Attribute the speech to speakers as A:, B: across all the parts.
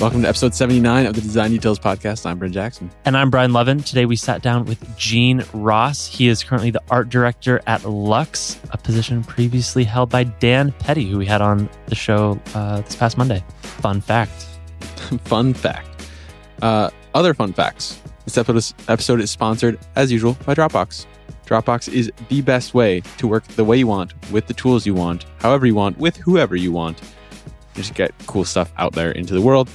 A: Welcome to episode 79 of the Design Details Podcast. I'm Bryn Jackson.
B: And I'm Brian Levin. Today we sat down with Gene Ross. He is currently the art director at Lux, a position previously held by Dan Petty, who we had on the show uh, this past Monday. Fun fact.
A: fun fact. Uh, other fun facts. This episode is, episode is sponsored, as usual, by Dropbox. Dropbox is the best way to work the way you want, with the tools you want, however you want, with whoever you want. Just get cool stuff out there into the world.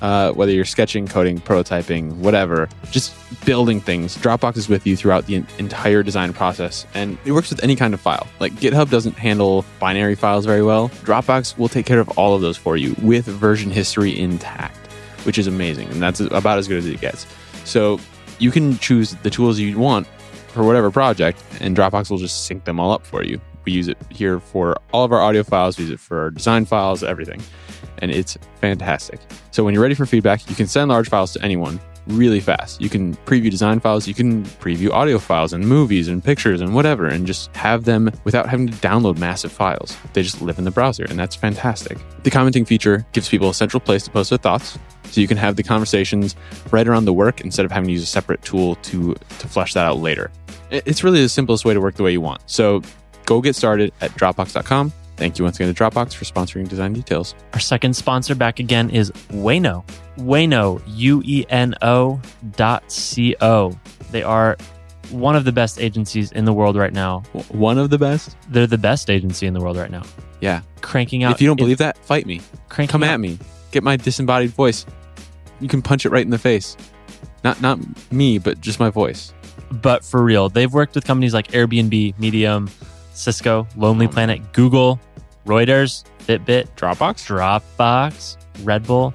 A: Uh, whether you're sketching, coding, prototyping, whatever, just building things, Dropbox is with you throughout the en- entire design process. And it works with any kind of file. Like GitHub doesn't handle binary files very well. Dropbox will take care of all of those for you with version history intact, which is amazing. And that's about as good as it gets. So you can choose the tools you want for whatever project, and Dropbox will just sync them all up for you. We use it here for all of our audio files, we use it for our design files, everything. And it's fantastic. So when you're ready for feedback, you can send large files to anyone really fast. You can preview design files, you can preview audio files and movies and pictures and whatever, and just have them without having to download massive files. They just live in the browser, and that's fantastic. The commenting feature gives people a central place to post their thoughts. So you can have the conversations right around the work instead of having to use a separate tool to to flesh that out later. It- It's really the simplest way to work the way you want. So go get started at Dropbox.com. Thank you once again to Dropbox for sponsoring Design Details.
B: Our second sponsor back again is Wayno. Wayno, U E N O dot C O. They are one of the best agencies in the world right now.
A: W- One of the best.
B: They're the best agency in the world right now.
A: Yeah.
B: Cranking out.
A: if you don't believe that, fight me.
B: cranking
A: Come
B: out-
A: at me. Get my disembodied voice. You can punch it right in the face. Not not me, but just my voice.
B: but for real, they've worked with companies like Airbnb, Medium, Cisco, Lonely Planet, Google, Reuters, Fitbit,
A: Dropbox.
B: Dropbox, Red Bull.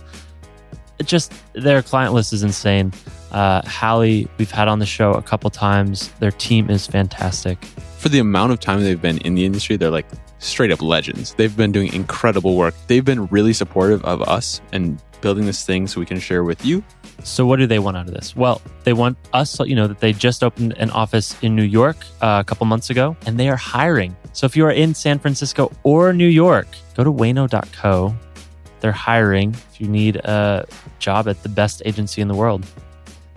B: It just their client list is insane. Uh, Hallie, we've had on the show a couple times. Their team is fantastic.
A: for the amount of time they've been in the industry, they're like straight up legends. They've been doing incredible work. They've been really supportive of us and building this thing so we can share with you.
B: So, what do they want out of this? Well, they want us to let you know that they just opened an office in New York uh, a couple months ago and they are hiring. So, if you are in San Francisco or New York, go to wayno.co. They're hiring if you need a job at the best agency in the world.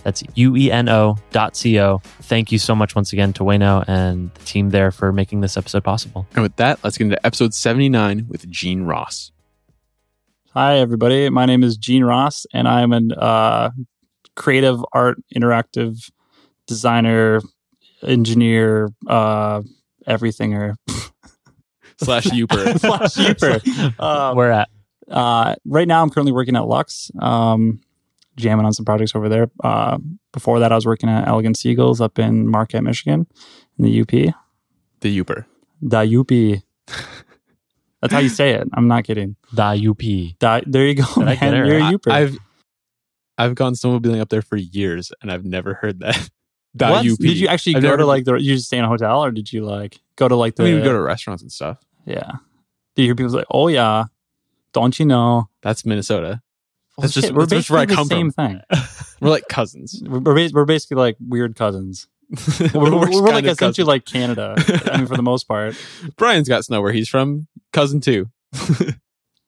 B: That's E ueno.co. Thank you so much once again to Wayno and the team there for making this episode possible.
A: And with that, let's get into episode 79 with Gene Ross.
C: Hi, everybody. My name is Gene Ross, and I'm an uh, creative art interactive designer, engineer, uh, everythinger.
A: Slash Uper.
C: Slash Uper. Uh,
B: We're at
C: uh, right now, I'm currently working at Lux, um, jamming on some projects over there. Uh, before that, I was working at Elegant Seagulls up in Marquette, Michigan, in the UP.
A: the Uper.
C: The UP. That's how you say it. I'm not kidding.
B: the UP.
C: Da, there you go,
B: I get
C: man.
B: it
C: You're a
A: I-
C: Uper.
A: I've I've gone snowmobiling up there for years and I've never heard that. That
C: What?
A: UP.
C: Did you actually
A: I've
C: go
A: never-
C: to like the? You just stay in a hotel, or did you like go to like
A: I
C: the?
A: mean, we go to restaurants and stuff.
C: yeah. Do you hear people say, "Oh yeah, don't you know?"
A: That's Minnesota. That's
C: Bullshit.
A: just-
C: we're
A: that's just
C: basically
A: where I
C: the
A: come
C: same
A: from.
C: thing.
A: We're like cousins.
C: We're, bas- we're basically like weird cousins.
A: The
C: We're, we're,
A: worst
C: we're like
A: kind of
C: essentially
A: cousins.
C: like Canada. I mean, for the most part,
A: Brian's got snow where he's from. Cousin too.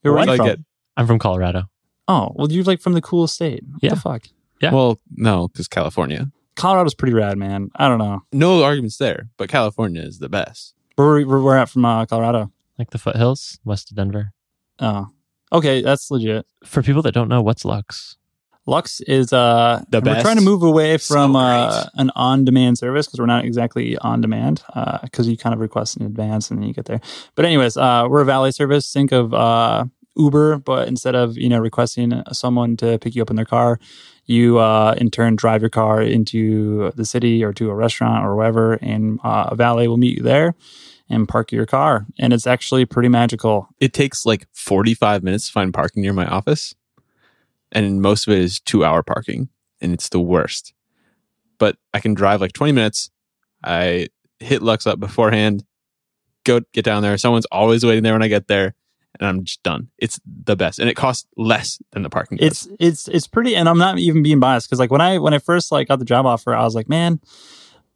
C: you're
A: I
C: right.
A: like
C: From.
A: it.
B: I'm from Colorado.
C: Oh well, you're like from the coolest state. What
B: Yeah.
C: the fuck?
B: Yeah.
A: Well, no, because California.
C: Colorado's pretty rad, man. I don't know.
A: no arguments there, but California is the best.
C: Where where we're at from uh, Colorado.
B: Like the foothills west of Denver.
C: Oh, okay, that's legit.
B: For people that don't know, what's Lux?
C: Lux is uh
A: The
C: and
A: best.
C: we're trying to move away
A: So
C: from
A: great.
C: uh, an on-demand service because we're not exactly on demand because you kind of request in advance and then you get there. But anyways, uh, we're a valet service. Think of uh, Uber, but instead of you know requesting someone to pick you up in their car, you uh, in turn drive your car into the city or to a restaurant or wherever, and uh, a valet will meet you there and park your car. And it's actually pretty magical.
A: It takes like 45 minutes to find parking near my office, and most of it is two hour parking, and it's the worst. But I can drive like 20 minutes. I hit Lux up beforehand, go get down there. Someone's always waiting there when I get there, and I'm just done. It's the best, and it costs less than the parking.
C: it's
A: does.
C: it's it's pretty and i'm not even being biased because like when i when i first like got the job offer i was like man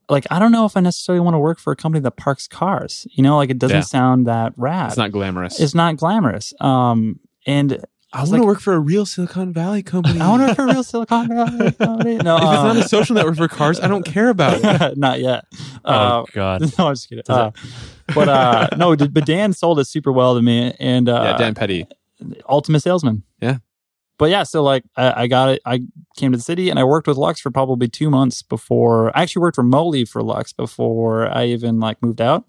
C: like i don't know if i necessarily want to work for a company that parks cars you know like it doesn't
A: Yeah.
C: Uh, sound that rad
A: it's not glamorous.
C: it's not glamorous um and
A: I
C: was
A: want to
C: like-
A: work for a real Silicon Valley company.
C: I wonder if a real Silicon Valley company. No,
A: if it's not
C: uh,
A: a social network for cars, I don't care about it.
C: not yet. Uh,
B: oh God.
C: no, I'm just kidding.
B: Does
C: Uh, but uh, no, d- but Dan sold it super well to me, and uh,
A: yeah, Dan Petty.
C: ultimate salesman.
A: Yeah.
C: But yeah, so like I, I got it. I came to the city and I worked with Lux for probably two months before I actually worked remotely for Lux before I even like moved out.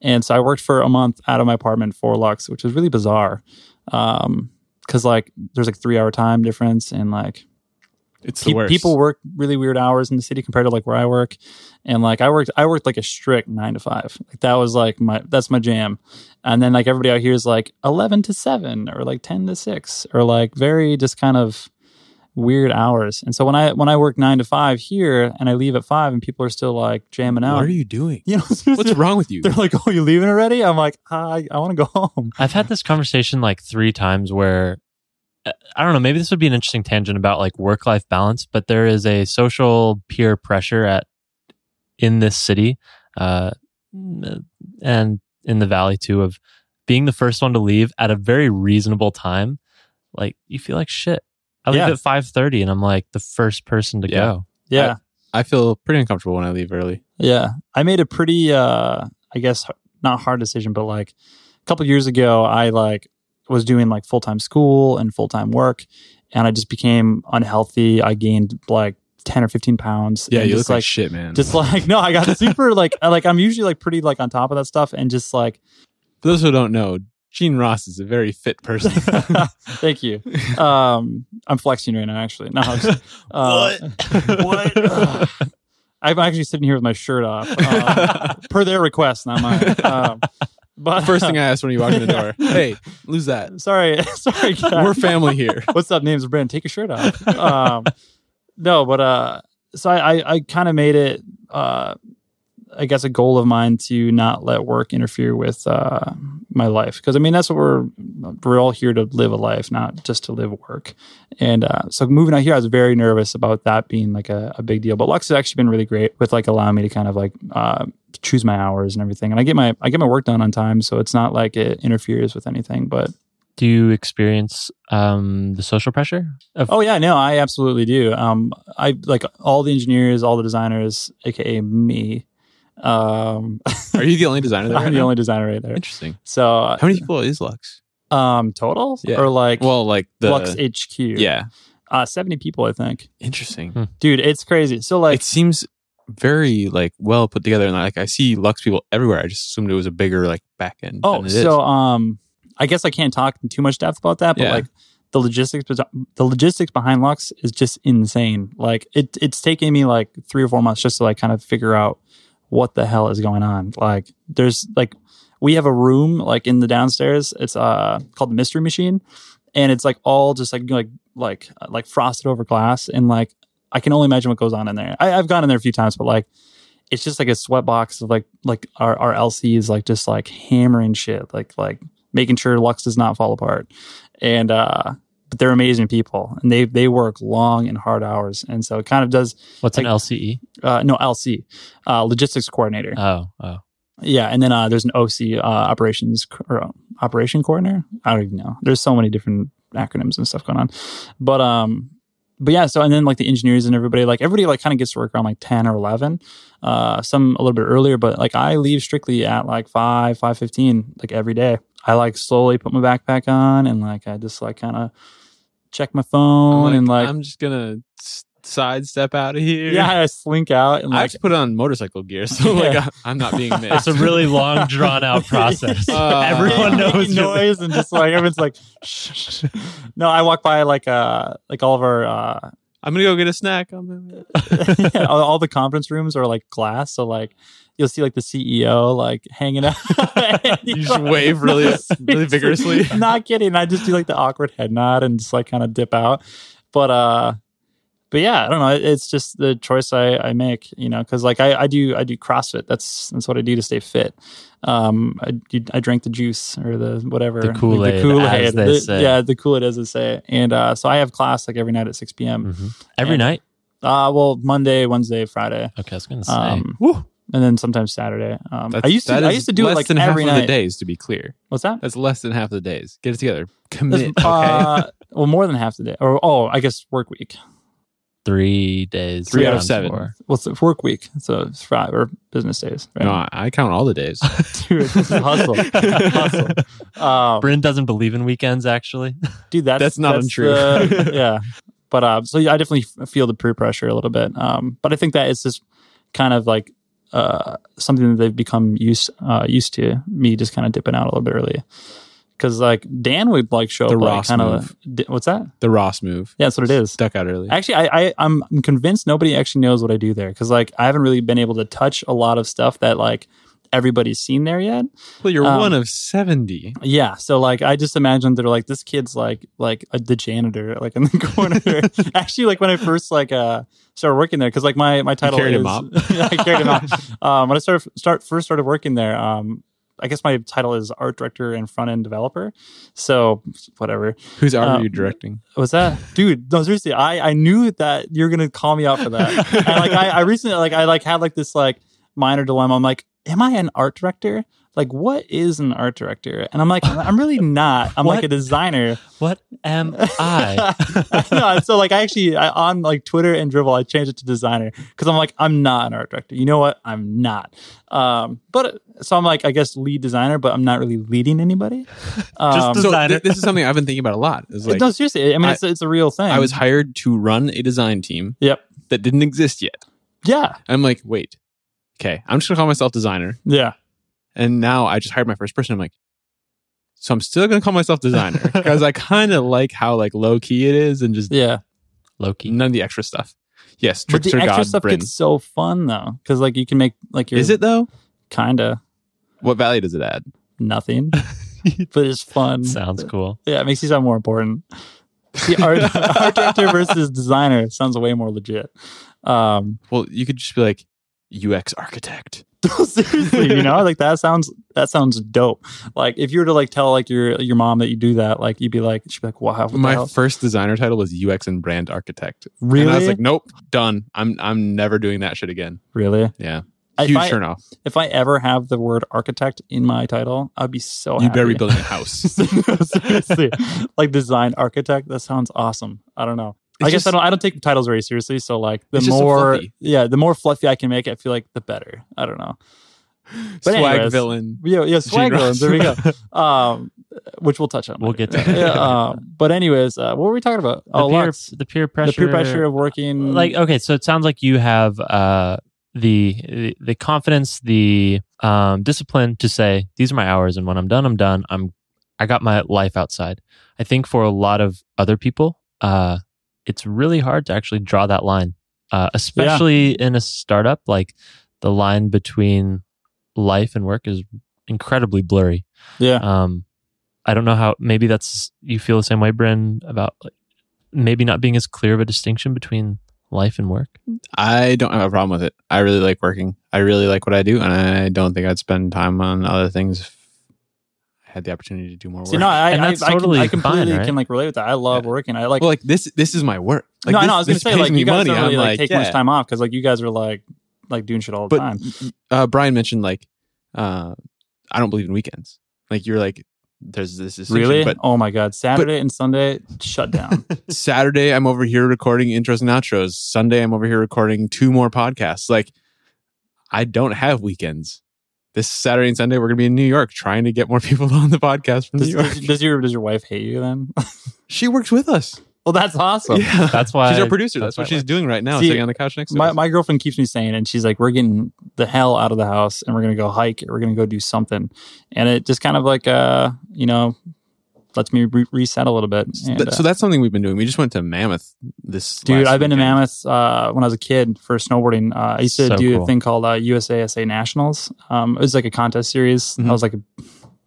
C: And so I worked for a month out of my apartment for Lux, which was really bizarre. Um, cause like there's like three hour time difference and like
A: It's
C: Pe- people work really weird hours in the city compared to like where I work, and like I worked, I worked like a strict nine to five. Like that was like my that's my jam, and then like everybody out here is like eleven to seven or like ten to six or like very just kind of weird hours. And so when I when I work nine to five here and I leave at five, and people are still like jamming out.
A: What are you doing?
C: You know,
A: What's wrong with you?
C: They're like, "Oh, you leaving already?" I'm like, "I I want to go home."
B: I've had this conversation like three times where uh, I don't know, maybe this would be an interesting tangent about like work life balance, but there is a social peer pressure at in this city uh, and in the valley too of being the first one to leave at a very reasonable time. Like you feel like shit. I leave
C: Yeah.
B: at five thirty and I'm like the first person to
A: Yeah.
B: go.
C: Yeah,
A: I feel pretty uncomfortable when I leave early.
C: Yeah. I made a pretty uh I guess h- not hard decision, but like a couple years ago I like was doing like full-time school and full-time work and I just became unhealthy. I gained like 10 or 15 pounds.
A: Yeah,
C: and
A: you
C: just,
A: look like, shit, man.
C: just like no, I got super like I, like I'm usually like pretty like on top of that stuff and just like
A: For those who don't know, Gene Ross is a very fit person.
C: thank you. Um I'm flexing right now actually. No, I'm just, uh,
B: What?
C: Ugh. I'm actually sitting here with my shirt off. Um, per their request, not mine. Um, but
A: Uh, First thing I asked when you walk in the door, hey, lose that.
C: sorry, sorry, guys.
A: We're family here.
C: What's up, names Brand? Take your shirt off. Um, no, but uh, so I I, I kind of made it uh, I guess a goal of mine to not let work interfere with uh, my life because I mean that's what we're we're all here to live a life, not just to live work. And uh, so moving out here, I was very nervous about that being like a, a big deal. But Lux has actually been really great with like allowing me to kind of like uh, choose my hours and everything, and I get my I get my work done on time, so it's not like it interferes with anything. But
B: Do you experience um, the social pressure of
C: Oh yeah, no, I absolutely do. Um, I like all the engineers, all the designers, aka me. Um,
A: Are you the only designer there?
C: I'm
A: right
C: the
A: now?
C: only Uh, designer right there.
A: Interesting.
C: So,
A: How many people is Lux?
C: um, total
A: Yeah.
C: or like
A: Well, like the
C: Flux HQ?
A: yeah,
C: uh, seventy people, I think.
A: interesting.
C: Dude, it's crazy. So Hmm. like,
A: it seems very like well put together, and like I see Lux people everywhere. I just assumed it was a bigger like back end.
C: oh,
A: than it is.
C: so um, I guess I can't talk in too much depth about that, but
A: Yeah.
C: like the logistics, the logistics behind Lux is just insane. Like it, it's taken me like three or four months just to like kind of figure out what the hell is going on. Like there's like we have a room like in the downstairs. It's uh called the Mystery Machine, and it's like all just like like like uh, like frosted over glass, and like I can only imagine what goes on in there. I, I've gone in there a few times, but like it's just like a sweat box of like like our our LCs like just like hammering shit, like like making sure Lux does not fall apart, and uh. But they're amazing people, and they they work long and hard hours, and so it kind of does
B: what's an
C: like-
B: LCE?
C: uh, no LC, uh, logistics coordinator.
B: Oh, oh.
C: Yeah, and then uh, there's an OC uh, operations co- or uh, operation coordinator. I don't even know. There's so many different acronyms and stuff going on, but um, but yeah. So and then like the engineers and everybody, like everybody, like kind of gets to work around like ten or eleven. Uh, some a little bit earlier, but like I leave strictly at like five five fifteen, like every day. I like slowly put my backpack on and like I just like kind of check my
A: I'm
C: phone
A: like,
C: and like
A: I'm just gonna s- sidestep out of here.
C: yeah, I slink out and
A: I
C: like
A: actually put on motorcycle gear, so like
C: Yeah.
A: I, am not being
B: It's
A: missed.
B: a really long, drawn out process.
A: Uh,
B: Everyone
A: Yeah.
B: knows
C: Making
B: you're there.
C: noise and just like everyone's like shh, shh, shh. no i walk by like uh like all of our uh
A: I'm gonna go get a snack. I'm
C: yeah, all, all the conference rooms are like glass so like you'll see like the ceo like hanging out And
A: You
C: he's
A: just wave really-
C: No,
A: really
C: seriously.
A: vigorously.
C: not kidding i just do like the awkward head nod and just like kind of dip out but uh but yeah, I don't know. It- It's just the choice I, I make, you know, because like I, I do I do CrossFit. That's that's what I do to stay fit. Um, I do- I drink the juice or the whatever
B: The Kool-Aid, as they
C: The-
B: say.
C: Yeah, the Kool Aid as they say. And uh, so I have class like every night at
A: Hmm.
C: six p.m.
B: Mhm. Every
C: And-
B: night.
C: Uh, well, Monday, Wednesday, Friday.
B: Okay, I was gonna say.
C: Um,
B: Woo.
C: and then sometimes Saturday. Um, I
A: That's-
C: used to
A: that
C: I
A: is
C: used to do
A: less
C: it like
A: than
C: every
A: half
C: night.
A: of the days. To be clear,
C: What's that?
A: that's less than half of the days. Get it together.
C: That's,
A: Commit. okay.
C: uh, well, more than half the day, or oh, I guess work week.
B: Three days.
A: Three out of
B: times
A: seven.
B: four.
C: Well, it's work week, so it's Friday or business days. Right?
A: No, I, I count all the days.
C: Dude, this is hustle, hustle. Um,
B: Bryn doesn't believe in weekends, actually.
C: dude that's
A: That's not untrue.
C: the- yeah but uh, so yeah, i definitely f- feel the peer pressure a little bit um, but i think that it's just kind of like uh, something that they've become used uh, used to me just kind of dipping out a little bit early because like dan would like show
A: The
C: up like,
A: Ross
C: kind
A: move.
C: of what's that
A: the Ross move.
C: yeah that's what it is
A: Stuck out early.
C: Actually, I, I I'm I'm convinced nobody actually knows what I do there because like I haven't really been able to touch a lot of stuff that like everybody's seen there yet.
A: Well, you're
C: um,
A: one of seventy.
C: Yeah, so like I just imagine they're like this kid's like like a, the janitor like in the corner. Actually, like when I first like uh started working there because like my my title
A: carried
C: is
A: him up.
C: yeah, I carried him up. Um, when I started start first started working there, um, I guess my title is art director and front end developer. So whatever
A: Who's are
C: um,
A: you directing?
C: was that dude no seriously i i knew that you're gonna call me out for that and like I, I recently like i like had like this like minor dilemma i'm like am i an art director like what is an art director and i'm like i'm really not i'm like
B: What?
C: a designer
B: What am I?
C: no, so like i actually I, on like twitter and dribble i changed it to designer because i'm like i'm not an art director you know what i'm not um but so i'm like i guess lead designer but i'm not really leading anybody um,
B: the-
A: So
B: designer.
A: th- this is something I've been thinking about a lot. Is like
C: no seriously i mean
A: I-
C: it's, it's a real thing
A: I was hired to run a design team
C: yep
A: that didn't exist yet.
C: yeah
A: I'm like, wait, okay, I'm just gonna call myself designer.
C: yeah
A: And now I just hired my first person. I'm like, so I'm still gonna call myself designer because I kind of like how like low key it is and just
C: yeah
B: Loki.
A: none of the extra stuff. Yes,
C: But the
A: trickster
C: extra
A: god
C: stuff
A: Bryn.
C: gets so fun though, because like you can make like your
A: Is it though?
C: kinda
A: What value does it add?
C: nothing, but it's fun.
B: Sounds cool.
C: Yeah, it makes you sound more important. The art, art director versus designer sounds way more legit. Um,
A: Well, you could just be like UX architect.
C: seriously, you know, like that sounds that sounds dope. Like if you were to like tell like your your mom that you do that, like you'd be like she'd be like, wow, what the
A: My
C: hell?
A: first designer title was UX and brand architect.
C: really,
A: And I was like, nope, done. I'm I'm never doing that shit again.
C: really.
A: Yeah.
C: If
A: Huge
C: I,
A: turn off.
C: if I ever have the word architect in my title, I'd be so
A: You
C: happy.
A: better be building a house.
C: seriously, like design architect. That sounds awesome. I don't know. I
A: It's
C: guess I
A: just-
C: don't. I don't take titles very seriously. So like the
A: It's just so
C: more,
A: fluffy.
C: yeah, the more fluffy I can make, it, I feel like the better. I don't know. But
A: swag
C: anyways.
A: villain.
C: Yeah, yeah, swag
A: Ross.
C: villains. There we go. Um, which we'll touch on.
B: We'll
C: later.
B: get to that.
C: Yeah, um, but anyways, uh, what were we talking about?
B: The,
C: oh,
B: peer,
C: Lux.
B: the peer pressure.
C: the peer pressure of
A: Uh,
C: working.
B: like okay so it sounds like you have uh the the confidence the um discipline to say these are my hours and when i'm done i'm done i'm i got my life outside i think for a lot of other people uh it's really hard to actually draw that line uh especially in a startup like the line between life and work is incredibly blurry
C: yeah,
B: um, I don't know how. Maybe that's you feel the same way, Bryn, about like, maybe not being as clear of a distinction between life and work.
A: I don't have a problem with it. I really like working. I really like what I do, and I don't think I'd spend time on other things if I had the opportunity to do more work.
C: See, no, I,
B: And
C: I,
B: that's
C: I can-
B: totally
C: I completely
B: fine, right?
C: can like relate with that. I love
A: Yeah.
C: working. I like.
A: well, like this this is my work. Like,
C: no,
A: this,
C: no, I was gonna
A: this
C: say
A: pays
C: like
A: me
C: you guys
A: money.
C: don't really
A: I'm
C: like,
A: like,
C: take
A: yeah.
C: much time off because like you guys are like like doing shit all the
A: But
C: time.
A: uh, Brian mentioned like uh, I don't believe in weekends. Like you're like there's this distinction,
C: Really?
A: but
C: oh my god! Saturday and Sunday shut down.
A: Saturday I'm over here recording intros and outros. Sunday I'm over here recording two more podcasts. Like I don't have weekends. This Saturday and Sunday we're gonna be in New York trying to get more people on the podcast from
C: does,
A: New York.
C: does, does your does your wife hate you then?
A: She works with us.
C: well, that's awesome.
A: yeah.
B: That's why
A: she's our producer. That's,
B: that's why I
A: what she's
B: like-
A: doing right now,
C: See,
A: sitting on the couch next to
C: My
A: us.
C: my girlfriend keeps me saying, and she's like, "We're getting the hell out of the house, and we're gonna go hike, or we're gonna go do something," and it just kind of like uh, you know, lets me re- reset a little bit. And,
A: Th-
C: uh,
A: so that's something we've been doing. We just went to Mammoth this.
C: Dude,
A: last
C: I've been to
A: weekend.
C: Mammoth uh, when I was a kid for snowboarding. Uh, I used to
B: So
C: do
B: cool.
C: a thing called uh, USASA Nationals. Um, it was like a contest series.
A: Mhm.
C: I was like, a,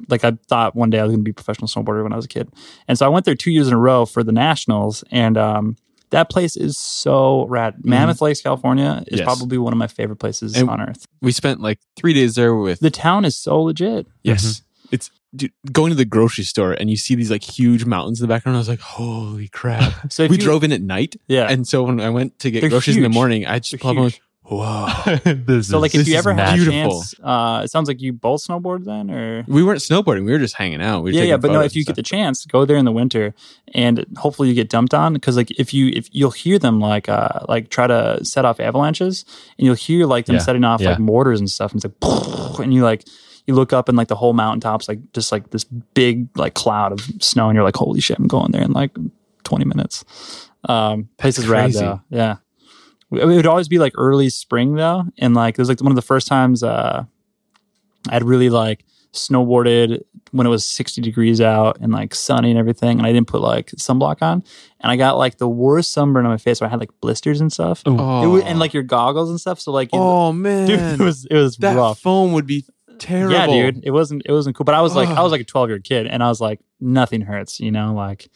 C: like I thought one day I was going to be a professional snowboarder when I was a kid, and so I went there two years in a row for the nationals. And um, that place is so rad. Mammoth Lakes, California, is
A: Mm-hmm. Yes.
C: probably one of my favorite places
A: And-
C: on earth.
A: We spent like three days there with
C: The Mm-hmm. town is so legit.
A: Yes. It's dude, going to the grocery store and you see these like huge mountains in the background. I was like, holy crap.
C: So if
A: we
C: you-
A: drove in at night.
C: yeah,
A: And so when I went to get
C: They're
A: groceries in
C: huge.
A: the morning, I just
C: They're
A: pulled up and
C: huge.
A: went, Whoa.
B: this
C: So, like,
B: is
C: if you
A: is
C: ever have a
A: magical.
C: chance, uh, it sounds like you both snowboard then, or
A: We weren't snowboarding. We were just hanging out. We were
C: yeah, yeah.
A: taking
C: But no,
A: photos
C: if you
A: and
C: get the chance, go there in the winter, and hopefully you get dumped on because, like, if you if you'll hear them like uh like try to set off avalanches, and you'll hear like them
B: Yeah,
C: setting off like
B: yeah.
C: mortars and stuff, and it's like, and you like you look up and like the whole mountaintop's like just like this big like cloud of snow, and you're like, holy shit, I'm going there in like 20 minutes. Um, place is rad
A: crazy.
C: though. Yeah. It would always be like early spring though. And like, it was like one of the first times, uh, I'd really like snowboarded when it was 60 degrees out and like sunny and everything. And I didn't put like sunblock on and I got like the worst sunburn on my face where I had like blisters and stuff.
B: Ooh.
A: stuff.
C: It
A: Oh,
C: wa- and like your goggles and stuff. So like, it-
A: oh
C: dude,
A: man,
C: it was, it was
A: that
C: rough.
A: foam would be terrible.
C: Yeah, dude, it wasn't it wasn't cool. But I was like, I
A: Ugh.
C: was like a twelve year old kid, and I was like, nothing hurts, you know. Like,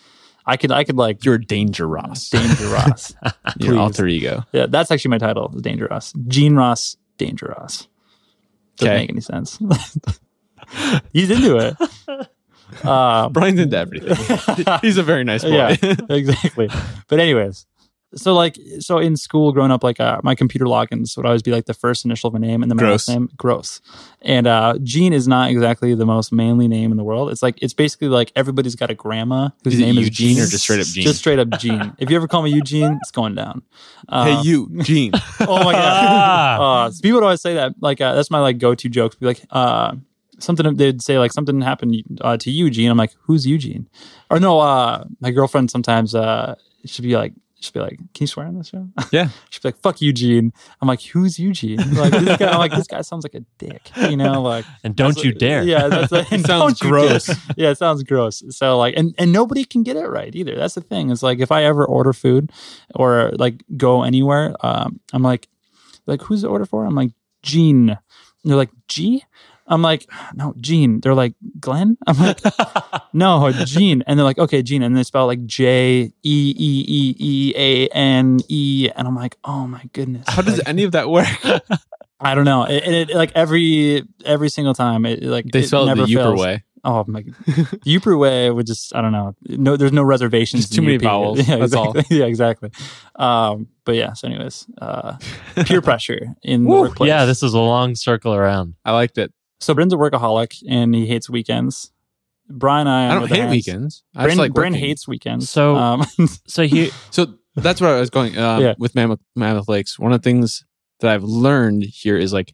C: I could I could like
A: You're Danger Ross.
C: Danger Ross.
A: Your
C: please.
A: alter ego.
C: yeah, that's actually my title, is Danger Ross. Gene Ross, Danger Ross. Doesn't
A: Okay.
C: make any sense. He's into it. Uh,
A: Brian's into everything. He's a very nice boy.
C: Yeah. exactly. But anyways, so like so in school growing up, like uh, my computer logins would always be like the first initial of a name and then my
A: Gross.
C: last name, gross. And uh, Gene is not exactly the most manly name in the world. It's like it's basically like everybody's got a grandma whose
A: Is it
C: name is
A: Eugene or just straight up Gene?
C: Just straight up Gene. if you ever call me Eugene, it's going down.
A: hey,
C: Um,
A: you, Gene.
C: Oh my
B: Ah.
C: god! uh, so people would always say that. Like uh, that's my like go-to joke. Be like uh, something they'd say like something happened uh, to Eugene. I'm like, who's Eugene? Or no, uh, my girlfriend sometimes uh, should be like. She'd be like, "Can you swear on this show?"
A: Yeah.
C: She'd be like, "Fuck Eugene." I'm like, "Who's Eugene?" Like this guy, I'm like, "This guy sounds like a dick," you know, like.
B: and don't you dare.
C: Yeah, that's like,
A: It
C: don't
A: sounds
C: you dare.
A: gross.
C: Yeah, it sounds gross. So like, and and nobody can get it right either. That's the thing. It's like if I ever order food or like go anywhere, um, I'm like, like who's the order for? I'm like Gene. And they're like G. I'm like, no, Gene. They're like Glenn. I'm like, no, Gene. And they're like, okay, Gene. And they spell like J E E E E A N E. And I'm like, oh my goodness.
A: How does
C: Like,
A: any of that work?
C: I don't know. It, it, it- like every every single time, it, it, like
A: They
C: it
A: spell it
C: never
A: the Uber
C: fails.
A: way.
C: Oh my, Uper way would just I don't know. No, there's no reservations.
A: Just
C: in
A: too many
C: UP.
A: vowels,
C: Yeah,
A: that's all.
C: exactly. Yeah, exactly. Um, but yeah. So, anyways, uh, peer pressure in the
A: Woo.
C: workplace.
B: Yeah, this is a long circle around.
A: I liked it.
C: so Bryn's a workaholic and he hates weekends. Brian, and I.
A: I don't
C: on the other
A: hate
C: hand-
A: weekends. I
C: Bryn,
A: just like
C: Bryn
A: working.
C: hates weekends.
B: So-
C: um,
B: So here,
A: So that's where I was going um,
C: Yeah.
A: with Mammoth, Mammoth Lakes. One of the things that I've learned here is like,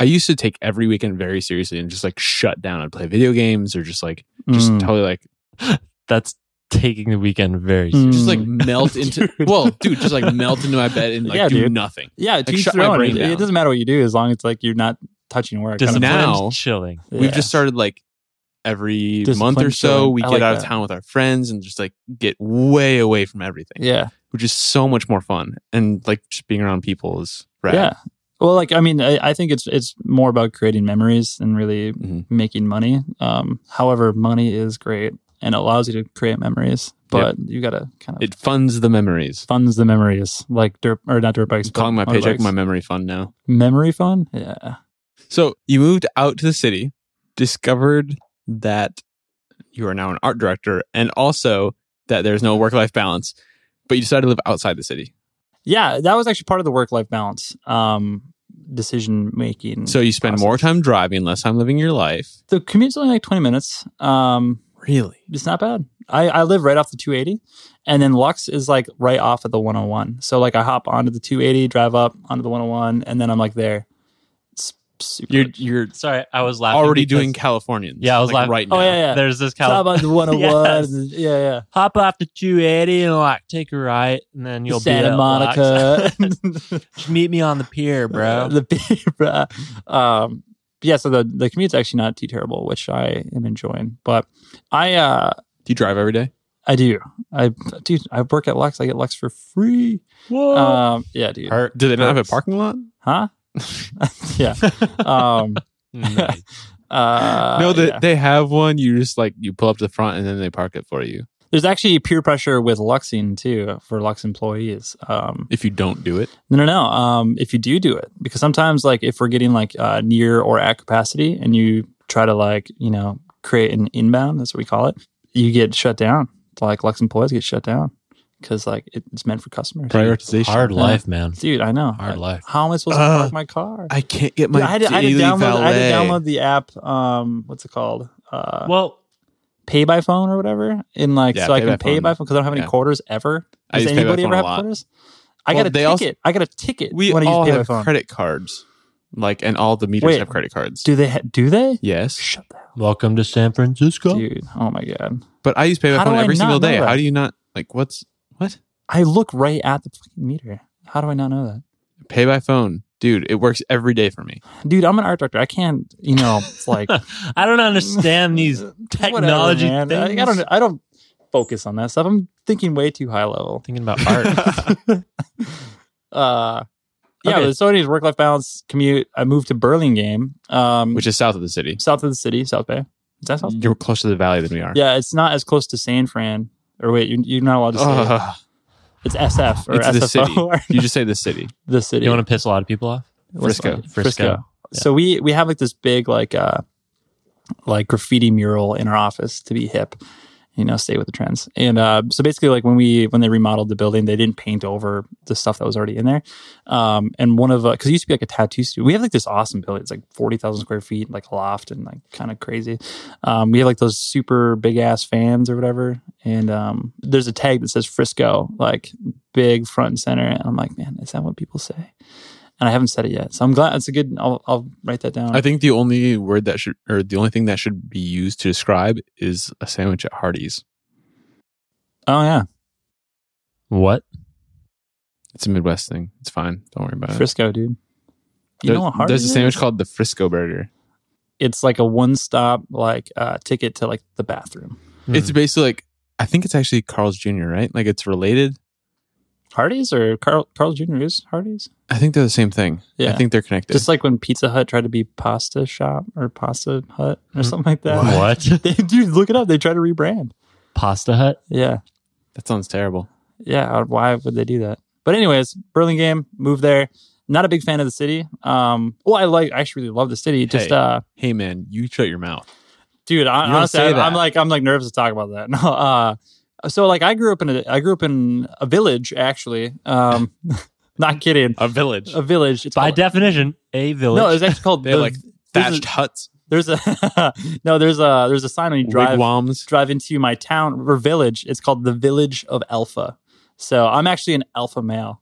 A: I used to take every weekend very seriously and just like shut down and play video games or just like, just
C: mm,
A: totally like,
B: that's taking the weekend very seriously.
C: Mm.
A: just like melt into,
C: Dude.
A: well, dude, just like melt into my bed and like
C: Yeah,
A: do
C: dude.
A: nothing.
C: yeah, to each
A: shut
C: their
A: my
C: own.
A: brain
C: It, it
A: down.
C: doesn't matter what you do as long as like you're not touching work.
A: Discipline.
B: Disciplined,
A: Now-
B: chilling.
A: We've just started like every month or
C: Discipline
A: so,
C: chilling.
A: we
C: I
A: get
C: like
A: out of
C: that.
A: town with our friends and just like get way away from everything,
C: yeah.
A: which is so much more fun. And like just being around people is rad.
C: Yeah. Well, like I mean, I, I think it's it's more about creating memories than really
A: Mhm.
C: making money. Um, however, money is great and allows you to create memories, but you gotta kind of
A: It funds the memories.
C: funds the memories, like dirt or not dirt bikes.
A: I'm calling my
C: but
A: paycheck
C: motorbikes.
A: my memory fund now.
C: memory fund. Yeah,
A: So you moved out to the city, discovered that you are now an art director, and also that there's no work life balance, but you decided to live outside the city.
C: yeah, that was actually part of the work life balance um, decision making.
A: So you spend more time driving, less time living your life.
C: the commute's only like twenty minutes. Um,
A: Really?
C: it's not bad. I, I live right off the 280, and then Lux is like right off of the 101. So like I hop onto the 280, drive up onto the 101, and then I'm like there. It's super.
A: You're you're
B: Sorry, I was laughing.
A: already
B: because-
A: doing Californians.
B: Yeah, I was
A: like
B: laugh-
A: right now.
C: oh yeah, yeah.
B: There's this California.
C: Drive on the 101.
B: Yes.
C: and- Yeah, yeah.
B: hop off the 280 and like take a right, and then you'll be
C: Santa
B: at
C: Monica.
B: Lux. Just meet me on the pier, bro.
C: the Bra. Um, yeah. So the the commute's actually not too terrible, which I am enjoying. But I uh
A: Do you drive every day?
C: I do I dude I work at Lux. I get Lux for free.
B: Whoa.
A: Uh,
C: Um, yeah, dude.
B: Hurt.
A: Do they not have a
B: Hurts.
A: parking lot?
C: Huh? yeah. Um.
B: Nice.
C: Uh,
A: no, they,
C: yeah.
A: they have one. You just like you pull up to the front and then they park it for you
C: there's actually peer pressure with Luxing too for Lux employees. Um,
A: if you don't do it.
C: no, no, no. Um, if you do do it, because sometimes like if we're getting like uh, near or at capacity, and you try to like you know create an inbound, that's what we call it. You get shut down. Like Lux employees get shut down. because like it's meant for customers.
A: Prioritization.
D: Hard life, man.
C: Dude, I know.
D: Hard
C: I-
D: life.
C: How am I supposed
A: Uh,
C: to park my car?
A: I can't get my
C: Dude, I, had to, I, had to
A: daily
C: download, I had to
A: valet.
C: download the app. Um, what's it called? Uh,
B: Well,
C: pay by phone or whatever. In like,
A: Yeah,
C: so I
A: pay
C: can
A: by
C: pay
A: phone.
C: by phone because I don't have any
A: Yeah.
C: quarters ever.
A: I
C: Does
A: use Pay by
C: anybody
A: Phone
C: ever
A: a
C: have
A: lot.
C: quarters? I
A: Well,
C: got a
A: they
C: ticket.
A: also-
C: I got a ticket.
A: We
C: when I use
A: all
C: pay by
A: have
C: phone.
A: credit cards, like, and all the meters
C: Wait.
A: have credit cards.
C: Do they? Ha- do they?
A: yes,
C: Shut the
D: Welcome to San Francisco.
C: dude. Oh my god.
A: but I use pay
C: How
A: by phone
C: do I
A: every
C: not
A: single
C: know
A: day.
C: that?
A: How do you not like what's what
C: I look right at the fucking meter. How do I not know that?
A: pay by phone, dude? It works every day for me.
C: Dude, I'm an art director. I can't, you know, it's like
B: I don't understand these technology
C: whatever, man.
B: things.
C: I, I don't I don't focus on that stuff. I'm thinking way too high level.
B: thinking about art.
C: Uh yeah,
B: Okay.
C: okay. so work life balance commute. I moved to Burlingame, um
A: Which is south of the city.
C: south of the city, South Bay. Is that South Bay?
A: You're closer to the valley than we are.
C: Yeah, it's not as close to San Fran. Or wait, you, you're not allowed to say it.
A: Ugh.
C: it's SF or
A: Uh-huh. It's the
C: SFO
A: city.
C: or
A: you just say the city.
C: the city.
B: you want to piss a lot of people off?
C: What's
A: Frisco.
C: it?
B: Frisco. Yeah.
C: So we we have like this big like uh like graffiti mural in our office to be hip, you know, stay with the trends. And uh so basically like when we when they remodeled the building, they didn't paint over the stuff that was already in there. Um and one of uh, cuz it used to be like a tattoo studio. We have like this awesome building. It's like 40,000 square feet, like loft and like kind of crazy. Um we have like those super big ass fans or whatever and um there's a tag that says Frisco like big front and center and I'm like, man, is that what people say? and I haven't said it yet. So I'm glad it's a good. I'll, I'll write that down.
A: I think the only word that should, or the only thing that should be used to describe is a sandwich at Hardee's.
C: oh yeah,
B: What?
A: It's a Midwest thing. It's fine. Don't worry about it.
C: Frisco, dude. You
A: There-
C: know what hard
A: There's
C: is?
A: a sandwich called the Frisco Burger.
C: It's like a one stop like uh, ticket to like the bathroom.
B: Hmm.
A: It's basically like I think it's actually Carl's Jr. Right? Like it's related.
C: Hardee's or Carl Carl Jr. is Hardee's.
A: I think they're the same thing.
C: Yeah,
A: I think they're connected.
C: just like when Pizza Hut tried to be Pasta Shop or Pasta Hut
A: Mm-hmm.
C: or something like that.
B: What?
C: They, dude, look it up. They tried to rebrand.
B: Pasta Hut?
C: Yeah,
A: that sounds terrible.
C: yeah. Uh, Why would they do that? But anyways, Burlingame, moved there. Not a big fan of the city. Um, well, I like I actually really love the city. Just
A: Hey.
C: uh,
A: Hey man, you shut your mouth.
C: dude
A: You
C: I,
A: don't
C: honestly
A: say
C: I,
A: that.
C: i'm like i'm like nervous to talk about that no uh so like i grew up in a i grew up in a village actually um not kidding
A: A village.
C: a village it's
B: By
C: called,
B: definition, a village.
C: no it's actually called
A: They have
C: the-
A: like
C: there's
A: thatched huts,
C: a, there's a no there's a there's a sign when you drive
A: wigwams.
C: drive into my town or village it's called the village of alpha so i'm actually an alpha male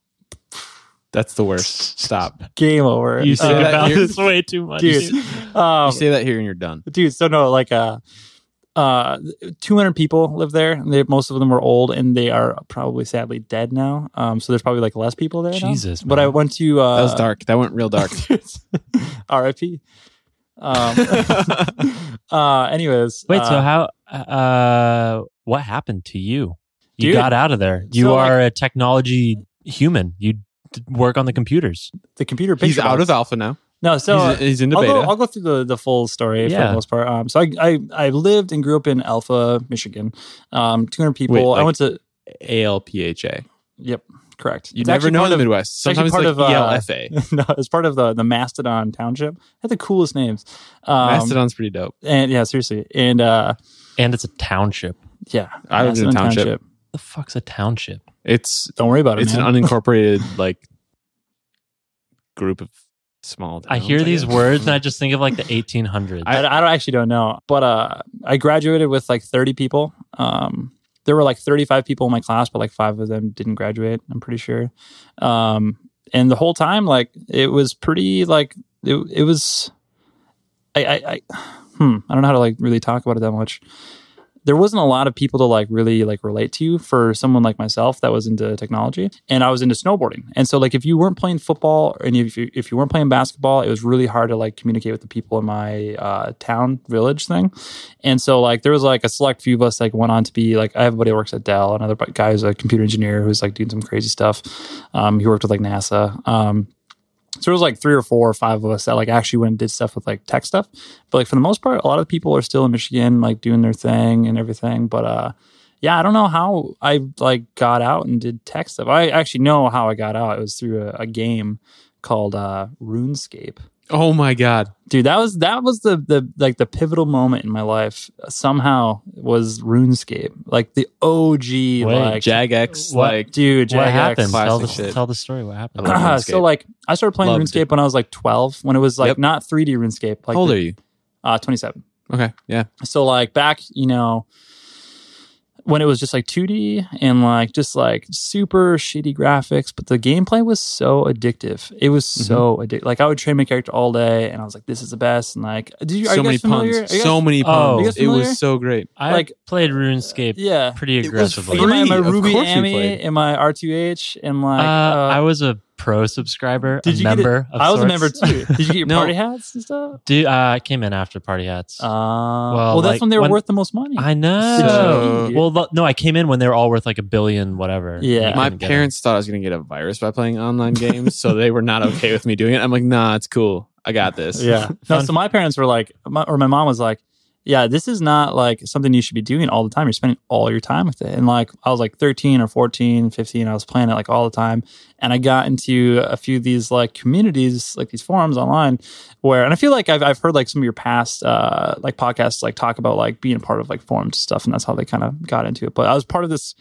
A: That's the worst. Stop.
C: game over
B: you
C: Uh,
B: think
A: that
B: about
A: here-
B: this way too much.
C: dude
A: You
C: um,
A: say that here and you're done.
C: dude so no like uh uh 200 people live there and they, most of them were old and they are probably sadly dead now um so there's probably like less people there now.
B: Jesus,
C: but
B: man.
C: i went to uh
A: That was dark. That went real dark.
C: rip um uh anyways
B: Wait,
C: uh,
B: so how, uh, what happened to you? You
C: Dude,
B: got out of there. You
C: so,
B: are a technology human. You d- work on the computers.
C: the computer
A: He's
C: picture
A: out
C: box-
A: of alpha now.
C: no so
A: he's, he's into
C: I'll
A: beta.
C: Go, I'll go through the, the full story for
B: Yeah.
C: the most part. Um, so I, I I lived and grew up in Alpha, Michigan. Um, 200 people.
A: Wait,
C: I
A: like-
C: went to.
A: ALPHA.
C: Yep, correct.
A: You
C: It's
A: never
C: actually
A: know
C: part
A: in the
C: of-
A: Midwest.
C: it's actually
A: Sometimes it's like E
C: part of, uh,
A: ELFA.
C: no, it's part of the the Mastodon Township. Had the coolest names. Um,
A: Mastodon's pretty dope.
C: and yeah, seriously, and uh,
B: And it's a township. What
C: yeah,
A: I lived in a
C: Mastodon
A: township.
B: the fuck's a township?
A: It's
C: Don't worry about it.
A: it's
C: man.
A: an unincorporated like group of small.
B: I
A: Towns,
B: hear these
A: guess.
B: words and I just think of like the 1800s.
C: I, I don't actually don't know, but uh, I graduated with like 30 people. Um, there were like 35 people in my class, but like five of them didn't graduate. I'm pretty sure. Um, and the whole time, like it was pretty like it, it was. I, I, I hmm, I don't know how to like really talk about it that much. There wasn't a lot of people to like really like relate to for someone like myself that was into technology, and I was into snowboarding. And so like if you weren't playing football and if you if you weren't playing basketball, it was really hard to like communicate with the people in my uh, town village thing. And so like there was like a select few of us like went on to be like I have a buddy who works at Dell, another bu- guy who's a computer engineer who's like doing some crazy stuff. Um, he worked with like NASA. Um, so it was like three or four or five of us that like actually went and did stuff with like tech stuff. But like for the most part, a lot of people are still in Michigan, like doing their thing and everything. But uh yeah, I don't know how I like got out and did tech stuff. I actually know how I got out. It was through a, a game called uh RuneScape.
A: Oh my god.
C: dude that was that was the the like the pivotal moment in my life somehow was runescape like the og like
A: Jagex,
B: What?
A: like
C: dude
B: what
C: Jagex.
B: happened? Tell
A: classic
B: the,
A: shit.
B: tell the story. What happened?
A: I love Runescape.
C: so like i started playing
A: Loved
C: runescape
A: it.
C: when i was like 12 when it was like
A: Yep.
C: not 3d runescape like
A: how old
C: the-
A: are you?
C: uh 27
A: Okay, yeah.
C: so like back you know when it was just like 2d and like just like super shitty graphics but the gameplay was so addictive it was so
A: Mm-hmm.
C: addictive like i would train my character all day and i was like this is the best and like did you are
A: so
C: you guys
A: many
C: familiar Are you
A: puns.
C: guys
A: So many
B: Oh. Are you
A: puns.
C: guys
A: it
C: familiar?
A: was so great.
B: I
C: like-
B: played RuneScape
C: Yeah.
B: pretty
A: It was
B: aggressively.
A: free.
C: my, my
A: of
C: Ruby
A: course you
C: Ami
A: played.
C: and my R2H and like
B: Uh,
C: uh,
B: I was a pro subscriber.
C: did
B: a
C: you get it?
B: member? Of
C: I was a
B: sorts.
C: member too. Did you get your
A: No.
C: party hats and stuff?
B: Dude, uh, I came in after party hats.
C: Uh, well, that's
B: like,
C: when they were
B: when-
C: worth the most money.
B: I
A: So-
B: know. well, lo- no, I came in when they were all worth like a billion, whatever.
C: Yeah.
B: You
A: My
B: couldn't get
A: parents thought I was going to get a virus by playing online games, so they were not okay with me doing it. I'm like, nah, it's cool. I got this.
C: yeah. No, so my parents were like, my, or my mom was like, yeah, this is not like something you should be doing all the time. You're spending all your time with it. And like, I was like 13 or 14, 15. I was playing it like all the time. And I got into a few of these like communities, like these forums online where, and I feel like I've, I've heard like some of your past uh, like podcasts, like talk about like being a part of like forums and stuff. And that's how they kind of got into it. But I was part of this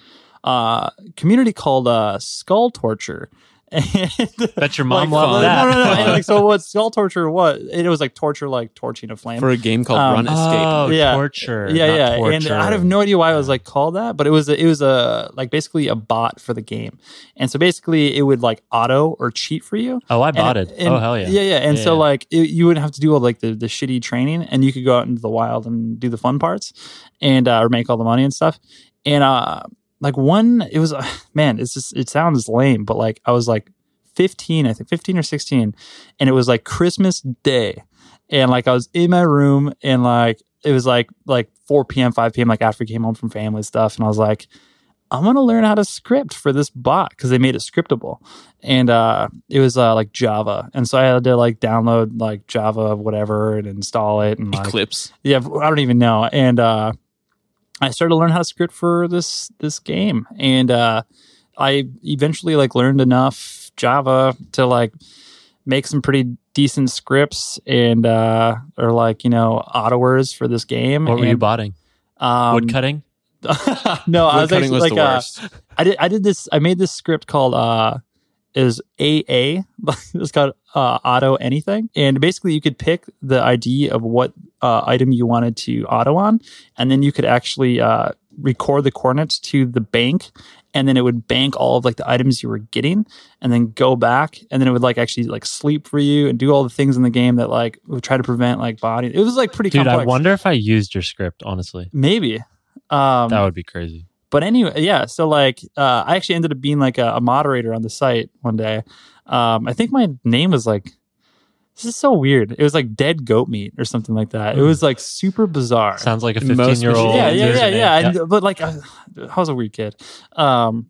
C: uh, community called uh, Skull Torture. And
B: it. Bet your mom
C: like,
B: loved
C: fun.
B: that.
C: No, no, no. And, like, so what skull torture was? It was like torture, like torching a flame.
A: For a game called
C: Um,
A: Run Escape.
B: Oh,
C: Yeah.
B: torture.
C: yeah,
B: not
C: yeah. And
B: torture.
C: I have no idea why it was like called that, but it was a, it was a like basically a bot for the game, and so basically it would like auto or cheat for you.
B: Oh, I
C: And-
B: bought it.
C: and-
B: oh, hell yeah.
C: Yeah, yeah. And so
B: Yeah.
C: like it, you wouldn't have to do all like the, the shitty training, and you could go out into the wild and do the fun parts, and uh, or make all the money and stuff. And uh, like one, it was uh, man, it's just it sounds lame, but like I was like fifteen, I think fifteen or sixteen, and it was like Christmas Day, and like I was in my room, and like it was like like four p.m., five p.m., like after I came home from family stuff, and I was like. I'm gonna learn how to script for this bot because they made it scriptable, and uh, it was uh, like Java, and so I had to like download like Java whatever and install it and like,
A: Eclipse.
C: yeah, I don't even know. And uh, I started to learn how to script for this this game, and uh, I eventually like learned enough Java to like make some pretty decent scripts and uh, or like you know autoers for this game.
B: What were you
C: And,
B: botting?
C: Um,
B: Wood cutting?
C: no, I was
A: Woodcutting
C: actually
A: was
C: like
A: the
C: uh,
A: worst.
C: I did I did this I made this script called uh is AA. it's called uh, auto anything, and basically you could pick the ID of what uh, item you wanted to auto on, and then you could actually uh, record the coordinates to the bank, and then it would bank all of like the items you were getting, and then go back, and then it would like actually like sleep for you and do all the things in the game that like would try to prevent like body. It was like pretty
B: Dude,
C: complex.
B: I wonder if I used your script, honestly.
C: Maybe. Um,
B: That would be crazy.
C: but anyway, yeah. So like, uh, I actually ended up being like a, a moderator on the site one day. Um, I think my name was like, this is so weird. It was like dead goat meat or something like that. It was like super bizarre.
B: Sounds like a
A: Most
B: 15 year old.
C: yeah, yeah, yeah,
B: username.
C: yeah. And- But like, I, I was a weird kid. Um,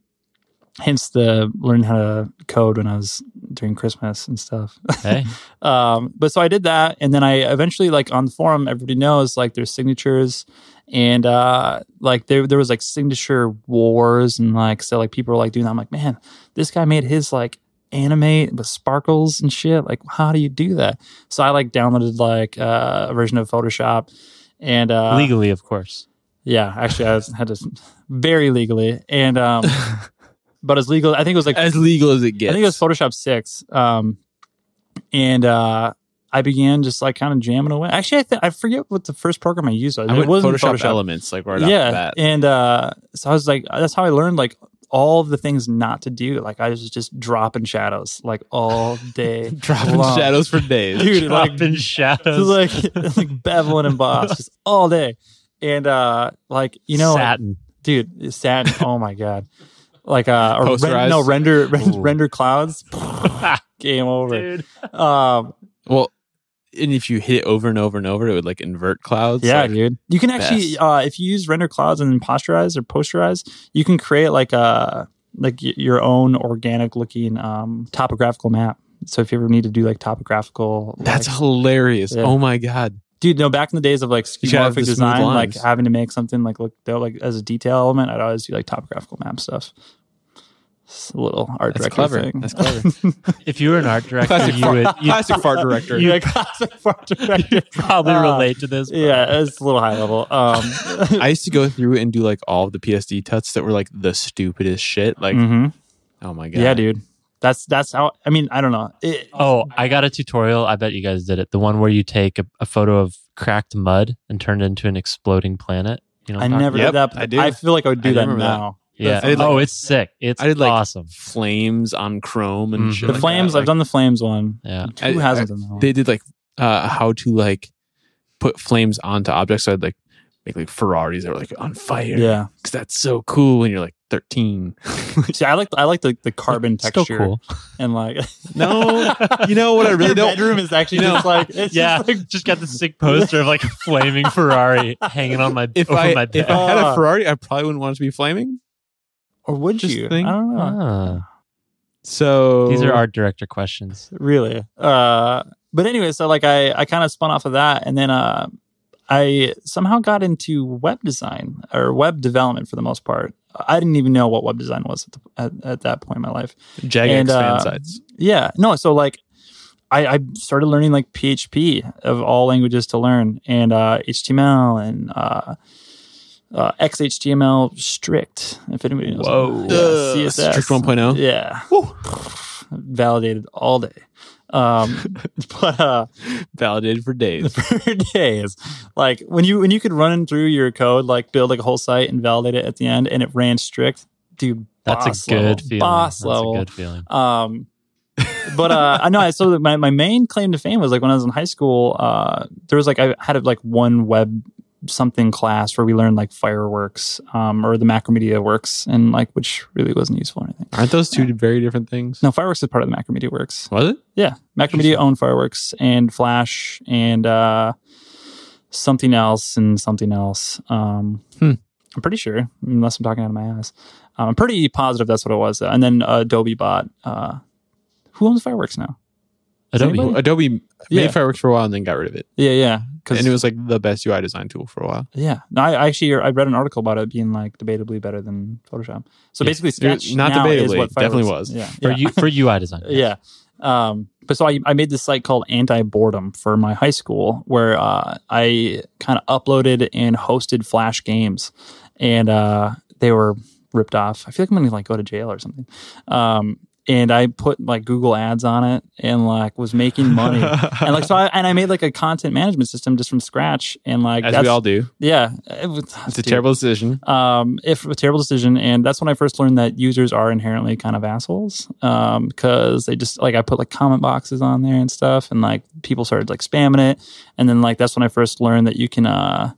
C: hence the learning how to code when I was during Christmas and stuff.
B: Hey,
C: Um, but so I did that, and then I eventually like on the forum, everybody knows like there's signatures, and uh, like there there was like signature wars, and like so like people were like doing that. I'm like, man, this guy made his like animate with sparkles and shit. Like, how do you do that? So I like downloaded like uh, a version of Photoshop, and uh,
B: legally, of course.
C: yeah, actually I had to very legally, and um, but as legal, I think it was like
A: as legal as it gets.
C: I think it was Photoshop six. Um, and uh, I began just like kind of jamming away. Actually, I th- I forget what the first program I used was.
A: I
C: it
A: went
C: wasn't
A: Photoshop,
C: Photoshop.
A: Elements, like right
C: yeah,
A: off the bat.
C: and uh, so I was like, that's how I learned like all the things not to do. Like I was just dropping shadows like all day,
A: Dropping
C: long.
A: shadows for days.
C: dude. Like
B: Drop in shadows.
C: like like beveling and boss just all day, and uh, like you know,
B: satin.
C: dude, satin. oh my god. Like uh, or
A: Posterized?
C: ren- no render ren-
B: Ooh.
C: render clouds, game over.
B: Dude.
C: Um,
A: Well, and if you hit it over and over and over, it would like invert clouds.
C: yeah,
A: like,
C: dude. You can actually,
A: best.
C: uh, if you use render clouds and then posterize or posterize, you can create like a like y- your own organic looking um, topographical map. So if you ever need to do like topographical,
A: that's
C: like-
A: hilarious.
C: Yeah.
A: Oh my god.
C: dude. No, back in the days of like
A: You gotta have the
C: skeuomorphic
A: smooth
C: design, like
A: lines.
C: having to make something like look dope, like as a detail element, I'd always do like topographical map stuff. It's a little art
A: That's
C: director
A: clever.
C: thing.
A: That's clever.
B: If you were an art director,
A: Classic
B: you
A: fart-
B: would you
A: Classic fart director.
C: Yeah, classic art director.
B: probably
C: Ah.
B: relate to this.
C: yeah, it's a little high level. Um,
A: I used to go through and do like all the PSD tuts that were like the stupidest shit. Like,
C: mhm.
A: oh my god.
C: yeah. dude. That's that's how. I mean, I don't know. It,
B: Oh, I got a tutorial. I bet you guys did it. The one where you take a, a photo of cracked mud and turn it into an exploding planet. You know, what
C: I
B: I'm talking
C: never
A: Yep,
C: did that. but
A: I do.
C: I feel like I would do
A: I
C: that
A: remember that.
C: now.
B: Yeah.
A: I did, like-
B: oh, it's sick. It's
A: I did, like,
B: awesome.
A: Flames on Chrome and
B: Mhm.
A: shit.
C: Mm-hmm. The
A: like
C: flames.
A: that.
C: I've done the flames one.
B: Yeah.
A: I-
C: Who hasn't
A: I-
C: done that one?
A: They did like uh how to like put flames onto objects. So I'd like make like Ferraris that were like on fire.
C: yeah.
A: Cause that's so cool when you're like 13.
C: See, I like I like the, the carbon texture
B: Still cool.
C: and like
A: No, you know what I really
C: Your
A: don't-
C: Bedroom is actually
A: You know,
C: just like it's
B: yeah.
C: just like
B: Just got the sick poster of like a flaming Ferrari hanging on my
A: If
B: over
A: I
B: Oh my
A: if
B: bed.
A: I had a
C: Ah.
A: Ferrari, I probably wouldn't want it to be flaming.
C: or would
A: Just
C: you?
A: think-
C: I don't know.
B: Ah,
A: So
B: these are art director questions.
C: really. Uh, but anyway, so like I, I kind of spun off of that, and then uh, I somehow got into web design or web development for the most part. I didn't even know what web design was at, the, at, at that point in my life.
A: Jagex
C: and,
A: fan
C: uh,
A: sites.
C: Yeah, no, so like I, I started learning like PHP of all languages to learn, and uh, HTML and uh, uh, XHTML strict. If anybody knows,
B: Whoa.
C: yeah,
A: Ugh,
C: CSS.
A: Strict 1.0.
C: Yeah.
A: Whew.
C: Validated all day. Um, but uh,
A: Validated for days.
C: for days, like when you when you could run through your code, like build like a whole site and validate it at the end, and it ran strict, dude.
B: That's
C: boss
B: a good
C: level,
B: feeling.
C: Boss
B: That's
C: level.
B: a good feeling.
C: Um, but uh, I know I so my, my main claim to fame was like when I was in high school, uh, there was like I had like one web something class where we learned like fireworks um, or the macromedia works and like which really wasn't useful or anything.
A: Aren't those two very different things?
C: No, fireworks is part of the macromedia works.
A: Was it?
C: Yeah, macromedia owned fireworks and flash and uh, something else and something else. Um,
A: Hmm.
C: I'm pretty sure, unless I'm talking out of my ass. Um, I'm pretty positive that's what it was. And then uh, Adobe bought. Uh, who owns fireworks now?
B: Adobe.
C: anybody-
A: Adobe made
C: Yeah.
A: fireworks for a while and then got rid of it.
C: Yeah, yeah.
A: And it was like the best UI design tool for a while.
C: yeah. No, I I actually I read an article about it being like debatably better than Photoshop. So
A: Yeah.
C: basically,
A: It was
C: Sketch
A: not
C: now is
A: debatably,
C: what
A: definitely
C: Fireworks-
A: was.
C: Yeah,
B: For
C: yeah.
B: you for UI design.
C: yeah. Um, but so I, I made this site called Anti Boredom for my high school, where uh, I kind of uploaded and hosted Flash games, and uh, they were ripped off. I feel like I'm gonna like go to jail or something. Um, and I put like Google ads on it, and like was making money, and like so. I, and I made like a content management system just from scratch, and like
A: As
C: that's-
A: we all do.
C: yeah, it was,
A: It's a terrible decision.
C: um, if a terrible decision. And that's when I first learned that users are inherently kind of assholes because they just like I put like comment boxes on there and stuff, and like people started like spamming it. And then like that's when I first learned that you can uh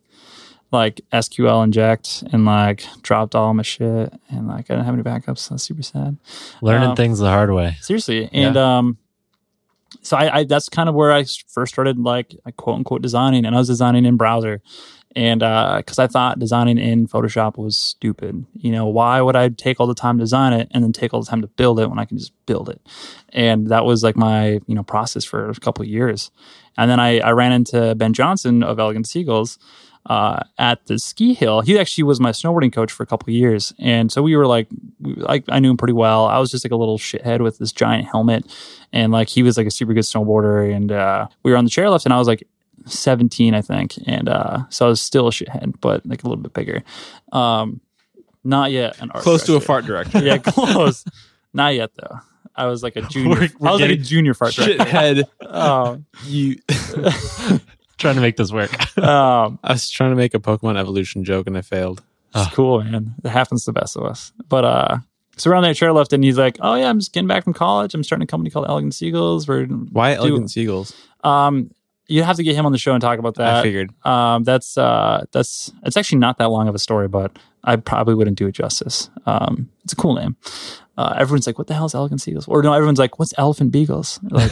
C: like SQL inject and like dropped all my shit, and like I didn't have any backups. So that's super sad.
B: Learning
C: Um,
B: things the hard way.
C: Seriously. And um so I, I that's kind of where I s- first started like like, quote unquote designing and I was designing in browser. And because I thought designing in Photoshop was stupid, you know, why would I take all the time to design it and then take all the time to build it when I can just build it? And that was like my you know process for a couple of years. And then I, I ran into Ben Johnson of Elegant Seagulls uh, at the ski hill. He actually was my snowboarding coach for a couple of years, and so we were like, we, I, I knew him pretty well. I was just like a little shithead with this giant helmet, and like he was like a super good snowboarder, and uh, we were on the chairlift, and I was like. 17 i think and uh so i was still a shithead but like a little bit bigger um not yet an art
A: Close to a
C: director.
A: fart director.
C: yeah close not yet though i was like a junior
B: We're- we're
C: i was like a
B: getting-
C: junior fart director.
A: Shithead.
C: Um,
A: You.
B: Trying to make this work.
C: um,
A: I was trying to make a Pokemon evolution joke and I failed.
B: Ah.
C: it's cool, man. It happens to the best of us. But uh, so we're on that chairlift, and he's like, "Oh yeah, I'm just getting back from college. I'm starting a company called Elegant Seagulls." We're
A: Why Elegant Seagulls?
C: um, you have to get him on the show and talk about
A: I
C: that.
A: figured.
C: Um, that's uh, that's it's actually not that long of a story, but I probably wouldn't do it justice. Um, it's a cool name. Uh, everyone's like, "What the hell is Elegant Seagulls?" Or no, everyone's like, "What's Elephant Beagles?" Like,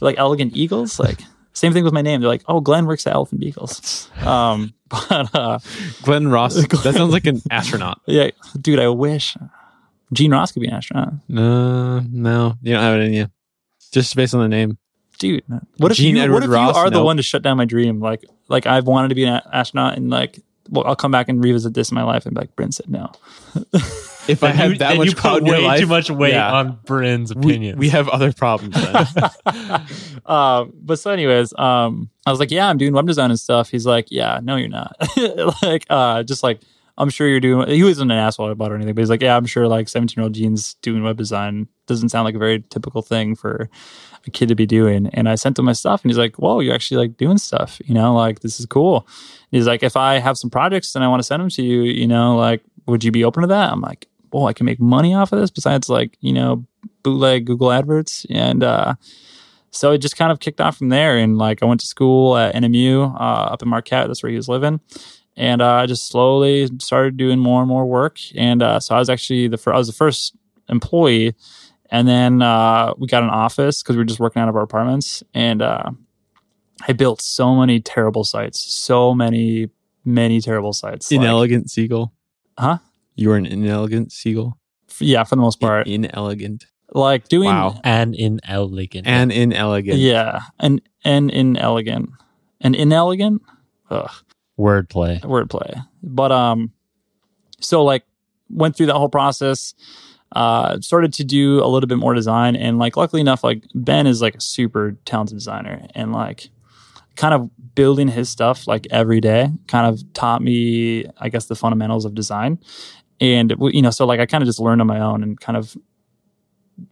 C: like Elegant Eagles, like. Same thing with my name. They're like, "Oh, Glenn works at Elephant Beagles," um, but uh,
A: Glenn Ross. That sounds like an astronaut.
C: Yeah, dude, I wish Gene Ross could be an astronaut.
A: No, no. You don't have it in you. Just based on the name.
C: Dude, what if
A: Gene
C: you,
A: Edward
C: what if
A: Ross?
C: you are the
A: Nope.
C: one to shut down my dream? Like, like I've wanted to be an a- astronaut, and like, well, I'll come back and revisit this in my life, and be like Brent said no.
A: If I
B: Then
A: had
B: you,
A: that
B: then
A: much
B: you
A: clout
B: put
A: in your
B: way
A: life,
B: too much weight
A: yeah.
B: on Bryn's
A: we,
B: opinion.
A: we have other problems. Then.
C: uh, but so, anyways, um, I was like, "Yeah, I'm doing web design and stuff." He's like, "Yeah, no, you're not." like, uh, just like I'm sure you're doing. He wasn't an asshole about it or anything, but he's like, "Yeah, I'm sure like 17 year old Gene's doing web design doesn't sound like a very typical thing for a kid to be doing." And I sent him my stuff, and he's like, "Whoa, you're actually like doing stuff. You know, like this is cool." And he's like, "If I have some projects and I want to send them to you, you know, like would you be open to that?" I'm like, "Well, I can make money off of this besides like you know." bootleg google adverts and uh so it just kind of kicked off from there. And like I went to school at NMU uh, up in Marquette. That's where he was living. And uh, I just slowly started doing more and more work. And uh, so I was actually the fir- I was the first employee. And then uh, we got an office because we were just working out of our apartments. And uh, I built so many terrible sites, so many, many terrible sites. Like-
A: Inelegant seagull.
C: Huh?
A: You were an inelegant seagull.
C: f- yeah, for the most part.
A: Inelegant.
C: Like doing
A: Wow.
B: and inelegant.
A: And inelegant.
C: yeah, and and inelegant, and inelegant. Ugh.
B: wordplay.
C: wordplay. But um, so like went through that whole process. Uh, started to do a little bit more design, and like luckily enough, like Ben is like a super talented designer, and like kind of building his stuff like every day kind of taught me, I guess, the fundamentals of design. And w- you know, so like I kind of just learned on my own and kind of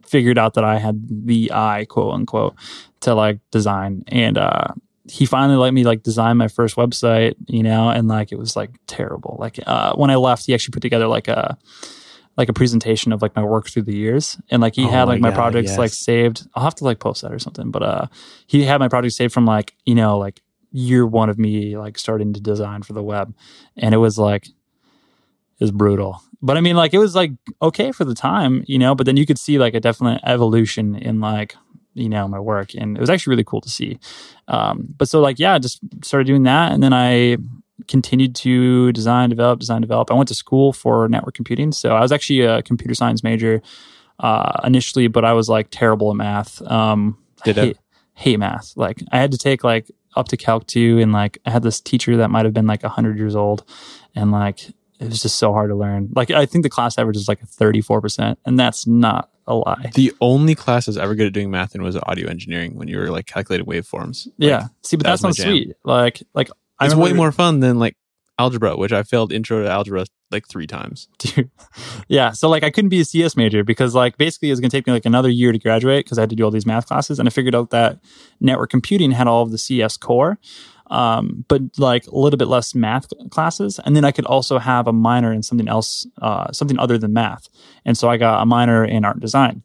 C: figured out that I had the eye, quote unquote, to like design. And uh, he finally let me like design my first website, you know, and like it was like terrible. Like uh, when I left, he actually put together like a like a presentation of like my work through the years, and like he
D: Oh
C: had like
D: my
C: my
D: God,
C: projects like
D: yes.
C: saved. I'll have to like post that or something, but uh, he had my projects saved from like you know like year one of me like starting to design for the web, and it was like it was brutal. But I mean, like it was like okay for the time, you know. But then you could see like a definite evolution in like you know my work, and it was actually really cool to see. Um, but so like yeah, I just started doing that, and then I continued to design, develop, design, develop. I went to school for network computing, so I was actually a computer science major uh, initially, but I was like terrible at math. Um, I
A: Ditto.
C: hate, hate math. Like I had to take like up to calc 2 and like i had this teacher that might have been like 100 years old and like it was just so hard to learn. Like I think the class average is like thirty four percent, and that's not a lie.
A: The only class I was ever good at doing math in was audio engineering when you were like calculating waveforms. Like,
C: yeah. See, but
A: that
C: that,
A: was my
C: sounds
A: jam.
C: sweet. Like like I
A: It's way
C: remember-
A: more fun than like algebra, which I failed intro to algebra like three times.
C: Dude. yeah. So like I couldn't be a CS major because like basically it was gonna take me like another year to graduate because I had to do all these math classes, and I figured out that network computing had all of the CS core. Um, but like a little bit less math classes, and then I could also have a minor in something else, uh, something other than math. And so I got a minor in art and design.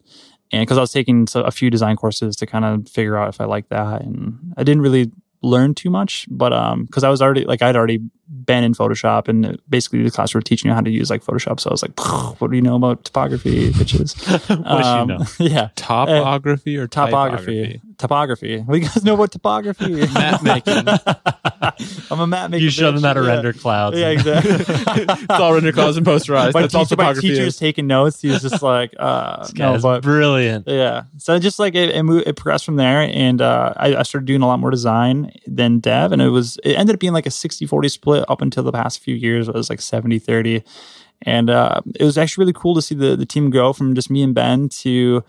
C: and because I was taking so, a few design courses to kind of figure out if I liked that, and I didn't really learn too much, but um, because I was already like I'd already been in Photoshop, and uh, basically the class were teaching you how to use like Photoshop, so I was like, what do you know about topography, bitches?
B: Wish
C: Um,
B: you know.
C: yeah,
A: Topography or
C: topography, topography. Well, you guys know about topography.
A: Map making.
C: I'm a map maker.
B: You show them
C: bitch.
B: how to
C: Yeah.
B: render clouds.
C: Yeah,
B: and-
C: exactly.
A: it's all render clouds and posterized.
C: my,
A: That's all
C: teacher, my
A: topography
C: teacher's
A: is.
C: taking notes. He was just like, uh,
B: This guy
C: no,
B: is
C: but
B: brilliant.
C: yeah. So just like it, it, moved, it progressed from there, and uh, I, I started doing a lot more design than dev, and it was it ended up being like a 60-40 split up until the past few years. It was like 70-30. and uh, it was actually really cool to see the the team grow from just me and Ben to,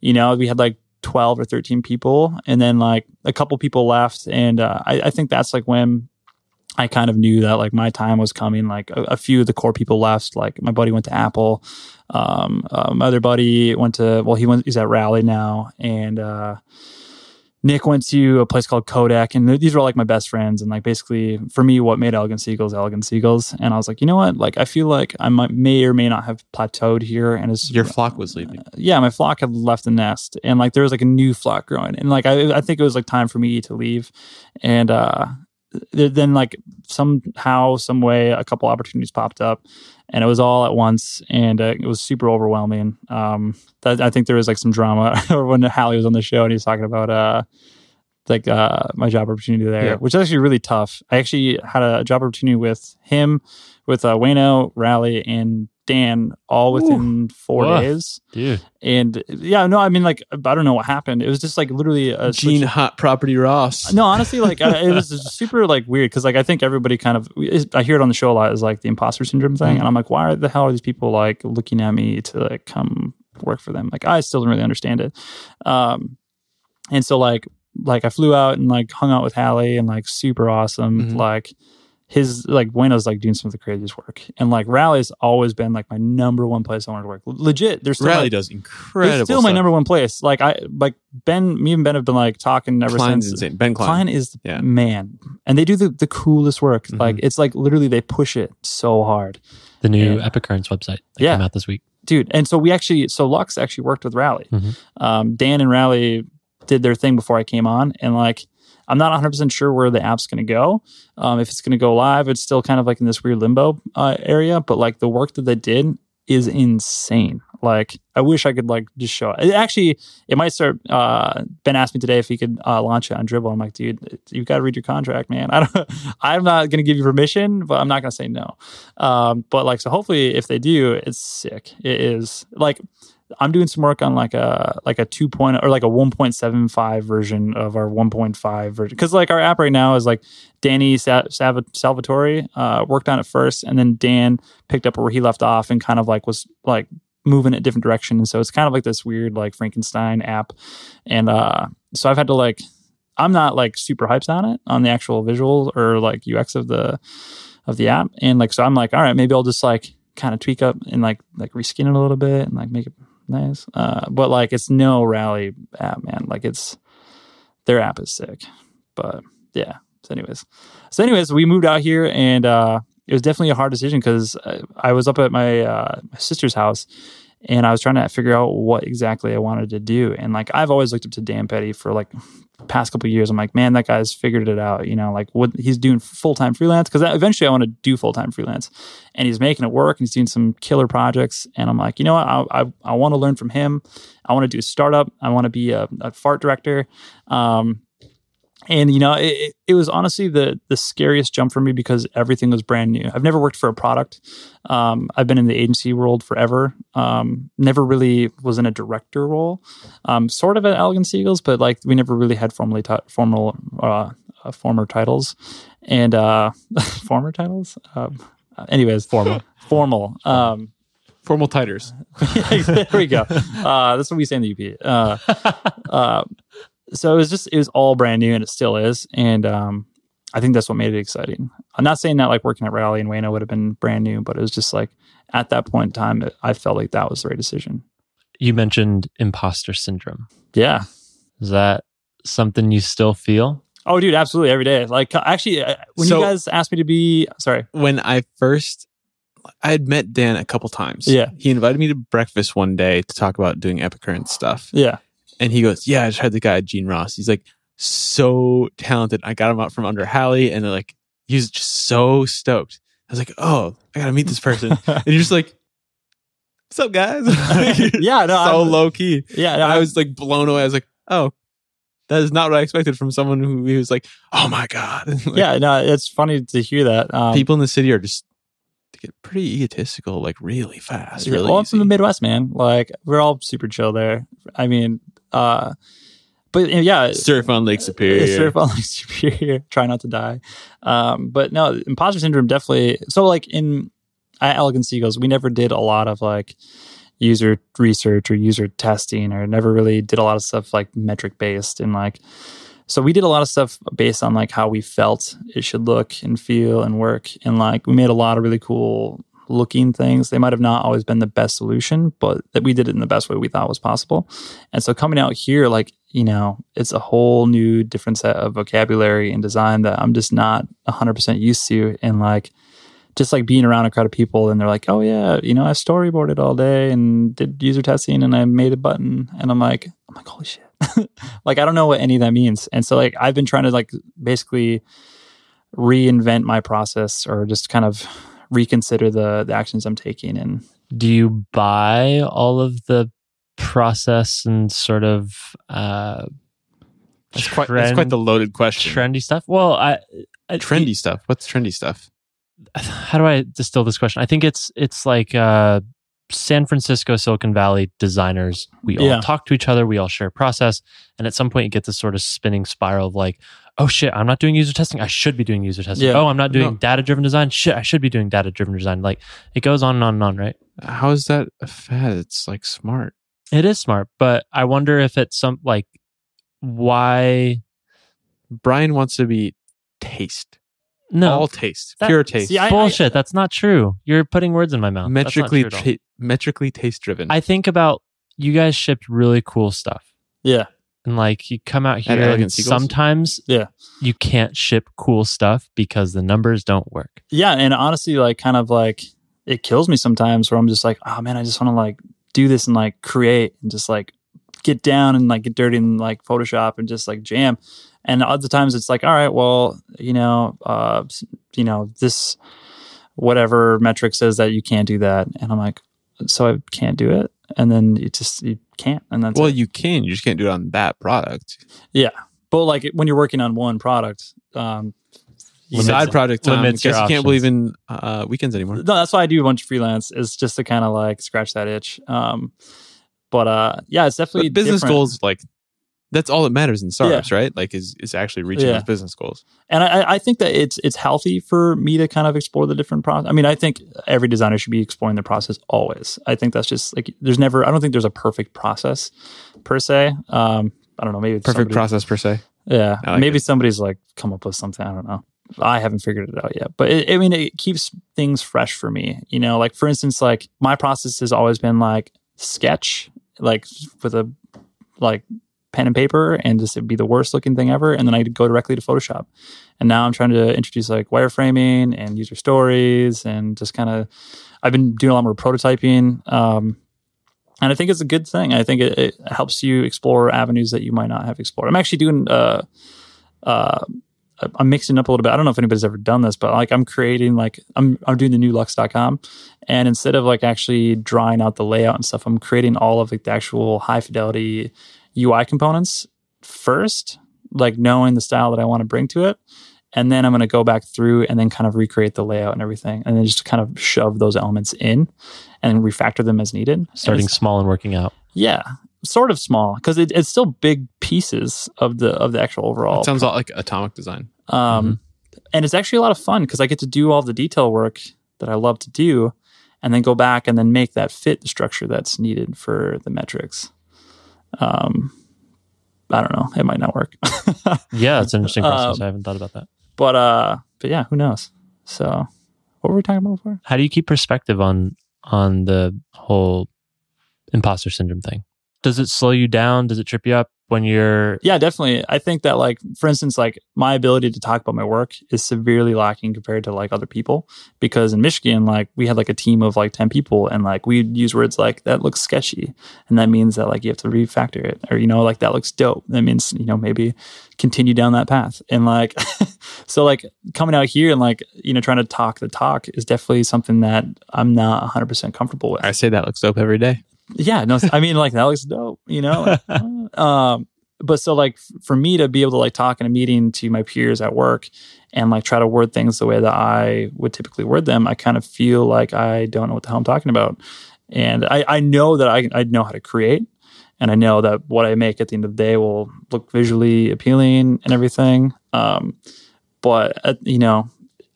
C: you know, we had like. 12 or 13 people and then like a couple people left and uh, I, I think that's like when I kind of knew that like my time was coming. Like a, a few of the core people left. Like my buddy went to Apple. Um, uh, my other buddy went to well, he went he's at Rally now, and uh, Nick went to a place called Kodak, and th- these were all like my best friends. And like basically for me, what made Elegant Seagulls Elegant Seagulls, and I was like, you know what? Like I feel like I might, may or may not have plateaued here, and it's
A: Your flock was leaving.
C: yeah, my flock had left the nest, and like there was like a new flock growing, and like I, I think it was like time for me to leave, and uh, th- then like somehow, some way, a couple opportunities popped up, and it was all at once, and uh, it was super overwhelming. Um, that, I think there was like some drama when Hallie was on the show and he was talking about uh, like uh, my job opportunity there,
A: Yeah.
C: which is actually really tough. I actually had a job opportunity with him, with uh, Wayno Rally and Dan all within four
B: Woof.
C: days.
B: Dude.
C: And yeah, no, I mean, like, I don't know what happened. It was just like literally a
A: Gene
C: switch-
A: Hot Property Ross.
C: No, honestly, like I, it was just super like weird because like I think everybody kind of I hear it on the show a lot is like the imposter syndrome thing, and I'm like, why the hell are these people like looking at me to like come work for them? Like I still don't really understand it. Um, and so like like I flew out and like hung out with Hallie and like super awesome.
A: Mhm.
C: Like his like Bueno's like doing some of the craziest work, and like Rally's always been like my number one place I wanted to work. Legit, there's still
A: Rally
C: my-
A: does
C: there's
A: incredible.
C: still my
A: stuff.
C: number one place. Like I like Ben, me and Ben have been like talking ever
A: Klein's
C: since.
A: insane. Ben Klein.
C: Klein, is the
A: Yeah.
C: man, and they do the, the coolest work.
A: Mhm.
C: Like it's like literally they push it so hard,
B: The new
C: Yeah.
B: Epic Currents website that
C: Yeah.
B: came out this week.
C: dude. And so we actually, so Lux actually worked with Rally.
B: Mhm.
C: Um, Dan and Rally did their thing before I came on, and like I'm not 100 percent sure where the app's going to go. Um, if it's going to go live, it's still kind of like in this weird limbo uh, area. But like the work that they did is insane. Like I wish I could like just show it. Actually, it might start. Uh, ben asked me today if he could uh, launch it on Dribble. I'm like, dude, you've got to read your contract, man. I don't. I'm not gonna give you permission, but I'm not gonna say no. Um, but like, so hopefully, if they do, it's sick. It is like. I'm doing some work on like a like a 2.0 or like a 1.75 version of our 1.5 version because like our app right now is like Danny Sa- Sav- Salvatore uh, worked on it first, and then Dan picked up where he left off and kind of like was like moving it a different direction. And so it's kind of like this weird like Frankenstein app. And uh, so I've had to like I'm not like super hyped on it on the actual visual or like UX of the of the app. And like so I'm like, all right, maybe I'll just like kind of tweak up and like like reskin it a little bit and like make it nice. Uh, but like it's no rally app, man. Like it's their app is sick. But yeah. So anyways. So anyways, we moved out here and uh it was definitely a hard decision because I was up at my, uh, my sister's house and I was trying to figure out what exactly I wanted to do. And like I've always looked up to Dan Petty for like past couple years. I'm like, man, that guy's figured it out. You know, like what he's doing full time freelance because eventually I want to do full time freelance. And he's making it work and he's doing some killer projects. And I'm like, you know what? I I, I want to learn from him. I want to do a startup. I want to be a, a fart director. Um, and you know it, it, it was honestly the the scariest jump for me because everything was brand new i've never worked for a product um, i've been in the agency world forever um, never really was in a director role um, sort of at elegant seagulls but like we never really had formally ti- formal uh, uh, former titles and uh, former titles um, uh, anyways formal formal um,
A: Formal titers.
C: yeah, there we go. Uh, that's what we say in the UP. Uh, uh, so it was just, it was all brand new and it still is. And um, I think that's what made it exciting. I'm not saying that like working at Rally and Wayno would have been brand new, but it was just like at that point in time, it, I felt like that was the right decision.
B: You mentioned imposter syndrome.
C: Yeah.
B: Is that something you still feel?
C: Oh, dude, absolutely. Every day. Like, actually, uh, when
A: So-
C: you guys asked me to be, sorry.
A: when I first I had met Dan a couple times.
C: Yeah.
A: He invited me to breakfast one day to talk about doing Epicurrent stuff.
C: Yeah.
A: And he goes, Yeah, I just had the guy Gene Ross. He's like so talented. I got him out from under Hallie and like he was just so stoked. I was like, Oh, I gotta meet this person. and you're just like, What's up guys?
C: Yeah. No,
A: so
C: I'm-
A: low key.
C: Yeah. No,
A: And I was like blown away. I was like, Oh, that is not what I expected from someone who he was like, Oh my God. Like,
C: yeah. No, it's funny to hear that. Um,
A: people in the city are just they get pretty egotistical, like really fast,
C: Yeah,
A: really
C: well, I'm
A: easy.
C: from the Midwest, man. Like we're all super chill there. I mean, uh, but uh, yeah,
A: surf on Lake Superior.
C: it's sort of like superior. Try not to die. Um, but no, imposter syndrome definitely. So like in at Elegant Seagulls, we never did a lot of like user research or user testing, or never really did a lot of stuff like metric based and like. So we did a lot of stuff based on like how we felt it should look and feel and work, and like we made a lot of really cool looking things. They might have not always been the best solution, but that we did it in the best way we thought was possible. And so coming out here, like, you know, it's a whole new different set of vocabulary and design that I'm just not 100% used to. And like, just like being around a crowd of people and they're like, oh, yeah, you know, I storyboarded all day and did user testing and I made a button. And I'm like, I'm like, holy shit. like, I don't know what any of that means. And so, like, I've been trying to, like, basically reinvent my process or just kind of reconsider the, the actions I'm taking. And
B: Do you buy all of the process and sort of uh,
A: That's quite, that's quite the loaded question.
B: trendy stuff? Well, I, I
A: trendy stuff. What's trendy stuff?
B: how do I distill this question? I think it's it's like uh, San Francisco Silicon Valley designers. We all
C: Yeah.
B: talk to each other. We all share process, and at some point you get this sort of spinning spiral of like, oh shit, I'm not doing user testing. I should be doing user testing.
C: Yeah.
B: Oh, I'm not doing
A: No.
B: data driven design. Shit, I should be doing data driven design. Like it goes on and on and on, right?
A: How is that a fad? It's like smart.
B: It is smart, but I wonder if it's some like why
A: Brian wants to be taste.
B: no
A: All taste.
B: That-
A: pure taste.
C: See, I-
B: bullshit. that's not true. You're putting words in my mouth. That's not
A: metrically
B: true at all.
A: ta- metrically taste driven.
B: I think about you guys shipped really cool stuff.
C: Yeah.
B: And like you come out here
A: Elegant
B: and
A: Seagulls?
B: sometimes
C: Yeah.
B: you can't ship cool stuff because the numbers don't work.
C: yeah and honestly like kind of like it kills me sometimes where i'm just like oh man i just want to like do this and like create and just like get down and like get dirty and like photoshop and just like jam and other times it's like all right well you know uh s- you know this whatever metric says that you can't do that and i'm like so i can't do it and then you just you can't and that's
A: well,
C: it.
A: you can. You just can't do it on that product.
C: but like when you're working on one product um you know,
A: Side project time.
B: limits your
A: guess you
B: options.
A: can't believe in uh, weekends anymore.
C: No, that's why I do a bunch of freelance. Is just to kind of like scratch that itch. Um, but uh, yeah, it's definitely
A: But business
C: different.
A: goals, like that's all that matters in startups, right? Like, is is actually reaching
C: Yeah.
A: those business goals.
C: and I, I- I think that it's it's healthy for me to kind of explore the different process. I mean, I think every designer should be exploring the process always. I think that's just like there's never. I don't think there's a perfect process per se. Um, I don't know. Maybe
A: Perfect
C: somebody-
A: process per se.
C: Yeah,
A: I like
C: maybe
A: it.
C: somebody's like come up with something. I don't know. I haven't figured it out yet, but it, I mean, it keeps things fresh for me. You know, like for instance, like my process has always been like sketch, like with a like pen and paper, and just it'd be the worst looking thing ever, and then I'd go directly to Photoshop. And now I'm trying to introduce like wireframing and user stories, and just kind of I've been doing a lot more prototyping. Um, and I think it's a good thing. I think it, it helps you explore avenues that you might not have explored. I'm actually doing, uh, uh, I'm mixing up a little bit. I don't know if anybody's ever done this, but like I'm creating like I'm I'm doing the new Lux.com, and instead of like actually drawing out the layout and stuff, I'm creating all of like the actual high fidelity UI components first, like knowing the style that I want to bring to it, and then I'm going to go back through and then kind of recreate the layout and everything, and then just kind of shove those elements in and refactor them as needed. And
B: Starting
C: it's-
B: small and working out.
C: yeah, sort of small because it, it's still big pieces of the of the actual overall.
A: It sounds a lot like atomic design.
C: um, and it's actually a lot of fun because I get to do all the detail work that I love to do, and then go back and then make that fit the structure that's needed for the metrics. Um, I don't know; it might not work,
B: Yeah, it's an interesting process.
C: Um,
B: I haven't thought about that.
C: but uh, but yeah, who knows? So, what were we talking about before?
B: How do you keep perspective on on the whole imposter syndrome thing? Does it slow you down? Does it trip you up when you're
C: Yeah, definitely. I think that like for instance, like my ability to talk about my work is severely lacking compared to like other people because in Michigan, like we had like a team of like 10 people and like we'd use words like that looks sketchy and that means that like you have to refactor it or you know like that looks dope. That means, you know, maybe continue down that path. And like so like coming out here and like, you know, trying to talk the talk is definitely something that I'm not 100% comfortable with
A: I say that looks dope every day.
C: yeah no i mean like that looks dope you know um but so like f- for me to be able to like talk in a meeting to my peers at work and like try to word things the way that i would typically word them i kind of feel like i don't know what the hell i'm talking about and i i know that i, I know how to create and i know that what i make at the end of the day will look visually appealing and everything um but uh, you know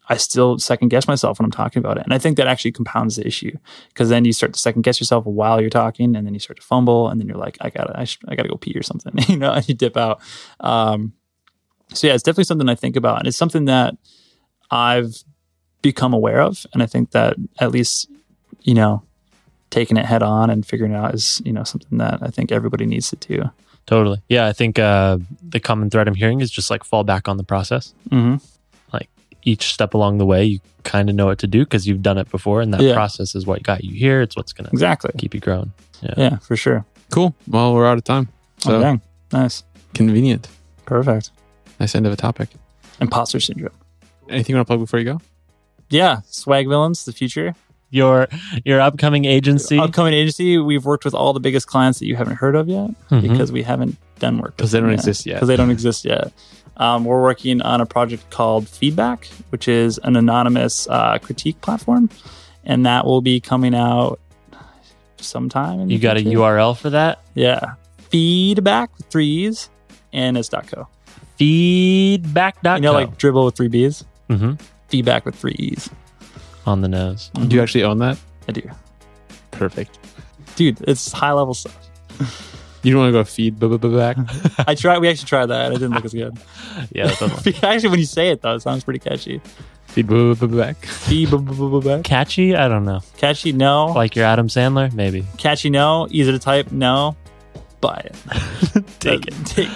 C: I still second guess myself when I'm talking about it. And I think that actually compounds the issue because then you start to second guess yourself while you're talking and then you start to fumble and then you're like, I gotta, I, sh- I gotta go pee or something, you know, and you dip out. Um, so yeah, it's definitely something I think about and it's something that I've become aware of. And I think that at least, you know, taking it head on and figuring it out is, you know, something that I think everybody needs to do.
B: totally? Yeah, I think uh, the common thread I'm hearing is just like fall back on the process.
C: Mm-hmm.
B: each step along the way, you kind of know what to do because you've done it before, and that
C: Yeah.
B: process is what got you here. It's what's going to
C: Exactly.
B: keep you growing.
C: Yeah, for sure.
A: Cool. Well, we're out of time. So
C: oh, dang. Nice.
A: convenient.
C: Perfect.
A: Nice end of a topic.
C: Imposter syndrome.
A: Anything you want to plug before you go?
C: yeah, swag villains, the future.
B: your your upcoming agency?
C: Upcoming agency, we've worked with all the biggest clients that you haven't heard of yet
B: mm-hmm.
C: because we haven't done work
A: because they don't exist yet.
C: because they don't exist yet. Um, we're working on a project called Feedback, which is an anonymous uh, critique platform, and that will be coming out sometime. In the
B: you got a
C: future.
B: URL for that?
C: Yeah, feedback with three e's and it's dot co.
B: Feedback.com.
C: You know, like dribble with three b's.
B: Mhm.
C: Feedback with three e's.
B: on the nose.
A: Do you actually own that?
C: I do,
A: Perfect.
C: dude. It's high level stuff.
A: You don't want to go feed b- b- b- back.
C: I tried. We actually tried that. and It didn't look as good.
B: Yeah, that doesn't-
C: actually, when you say it though, it sounds pretty catchy.
A: feed b- b- b- back.
C: Feedback.
B: catchy. I don't know.
C: Catchy, no.
B: Like your Adam Sandler, maybe.
C: catchy, no. Easy to type, no. Buy it.
B: Take
C: it. Take,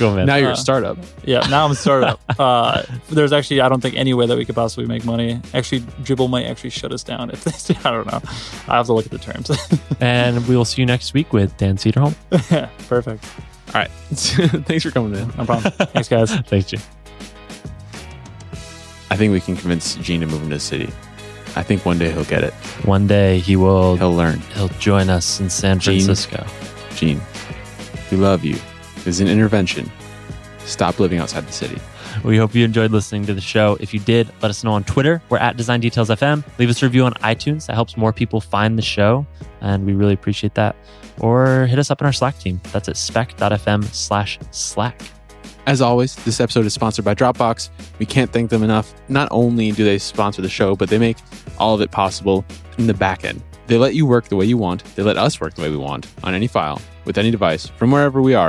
B: Go man.
A: Now you're
C: Uh,
A: a startup.
C: yeah, now I'm a startup. uh, there's actually, I don't think any way that we could possibly make money. Actually, Dribble might actually shut us down if they, I don't know. I have to look at the terms.
B: and we will see you next week with Dan Cedarholm.
C: Perfect.
A: All right. Thanks for coming in.
C: No problem. Thanks, guys.
B: Thanks, Jim.
A: I think we can convince Gene to move into the city. I think one day he'll get it.
B: One day he will he'll,
A: He'll learn.
B: join us in San
A: Gene.
B: Francisco.
A: Gene, we love you. This is an intervention. Stop living outside the city.
B: We hope you enjoyed listening to the show. If you did, let us know on Twitter. We're at Design Details FM. Leave us a review on iTunes. That helps more people find the show, and we really appreciate that. Or hit us up in our Slack team. That's at spec.fm slash Slack.
A: As always, this episode is sponsored by Dropbox. We can't thank them enough. Not only do they sponsor the show, but they make all of it possible in the back end. They let you work the way you want. They let us work the way we want on any file, with any device, from wherever we are,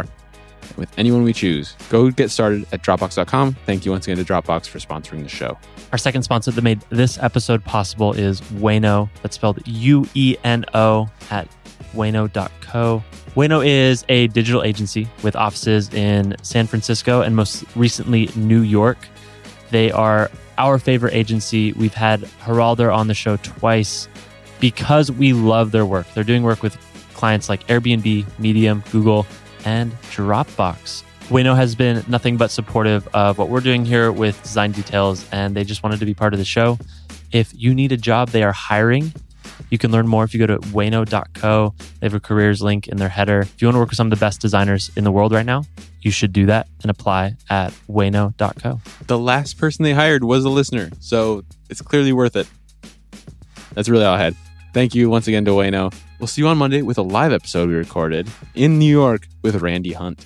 A: and with anyone we choose. Go get started at Dropbox.com. Thank you once again to Dropbox for sponsoring the show.
B: Our second sponsor that made this episode possible is Wayno. That's spelled U E N O at wayno.co. Wayno is a digital agency with offices in San Francisco and most recently New York. They are our favorite agency. We've had Geraldo on the show twice because we love their work. They're doing work with clients like Airbnb, Medium, Google, and Dropbox. Wayno has been nothing but supportive of what we're doing here with Design Details, and they just wanted to be part of the show. If you need a job, they are hiring. You can learn more if you go to wayno.co. They have a careers link in their header. If you want to work with some of the best designers in the world right now, you should do that and apply at wayno.co.
A: The last person they hired was a listener, so it's clearly worth it. That's really all I had. Thank you once again to Wayno. We'll see you on Monday with a live episode we recorded in New York with Randy Hunt.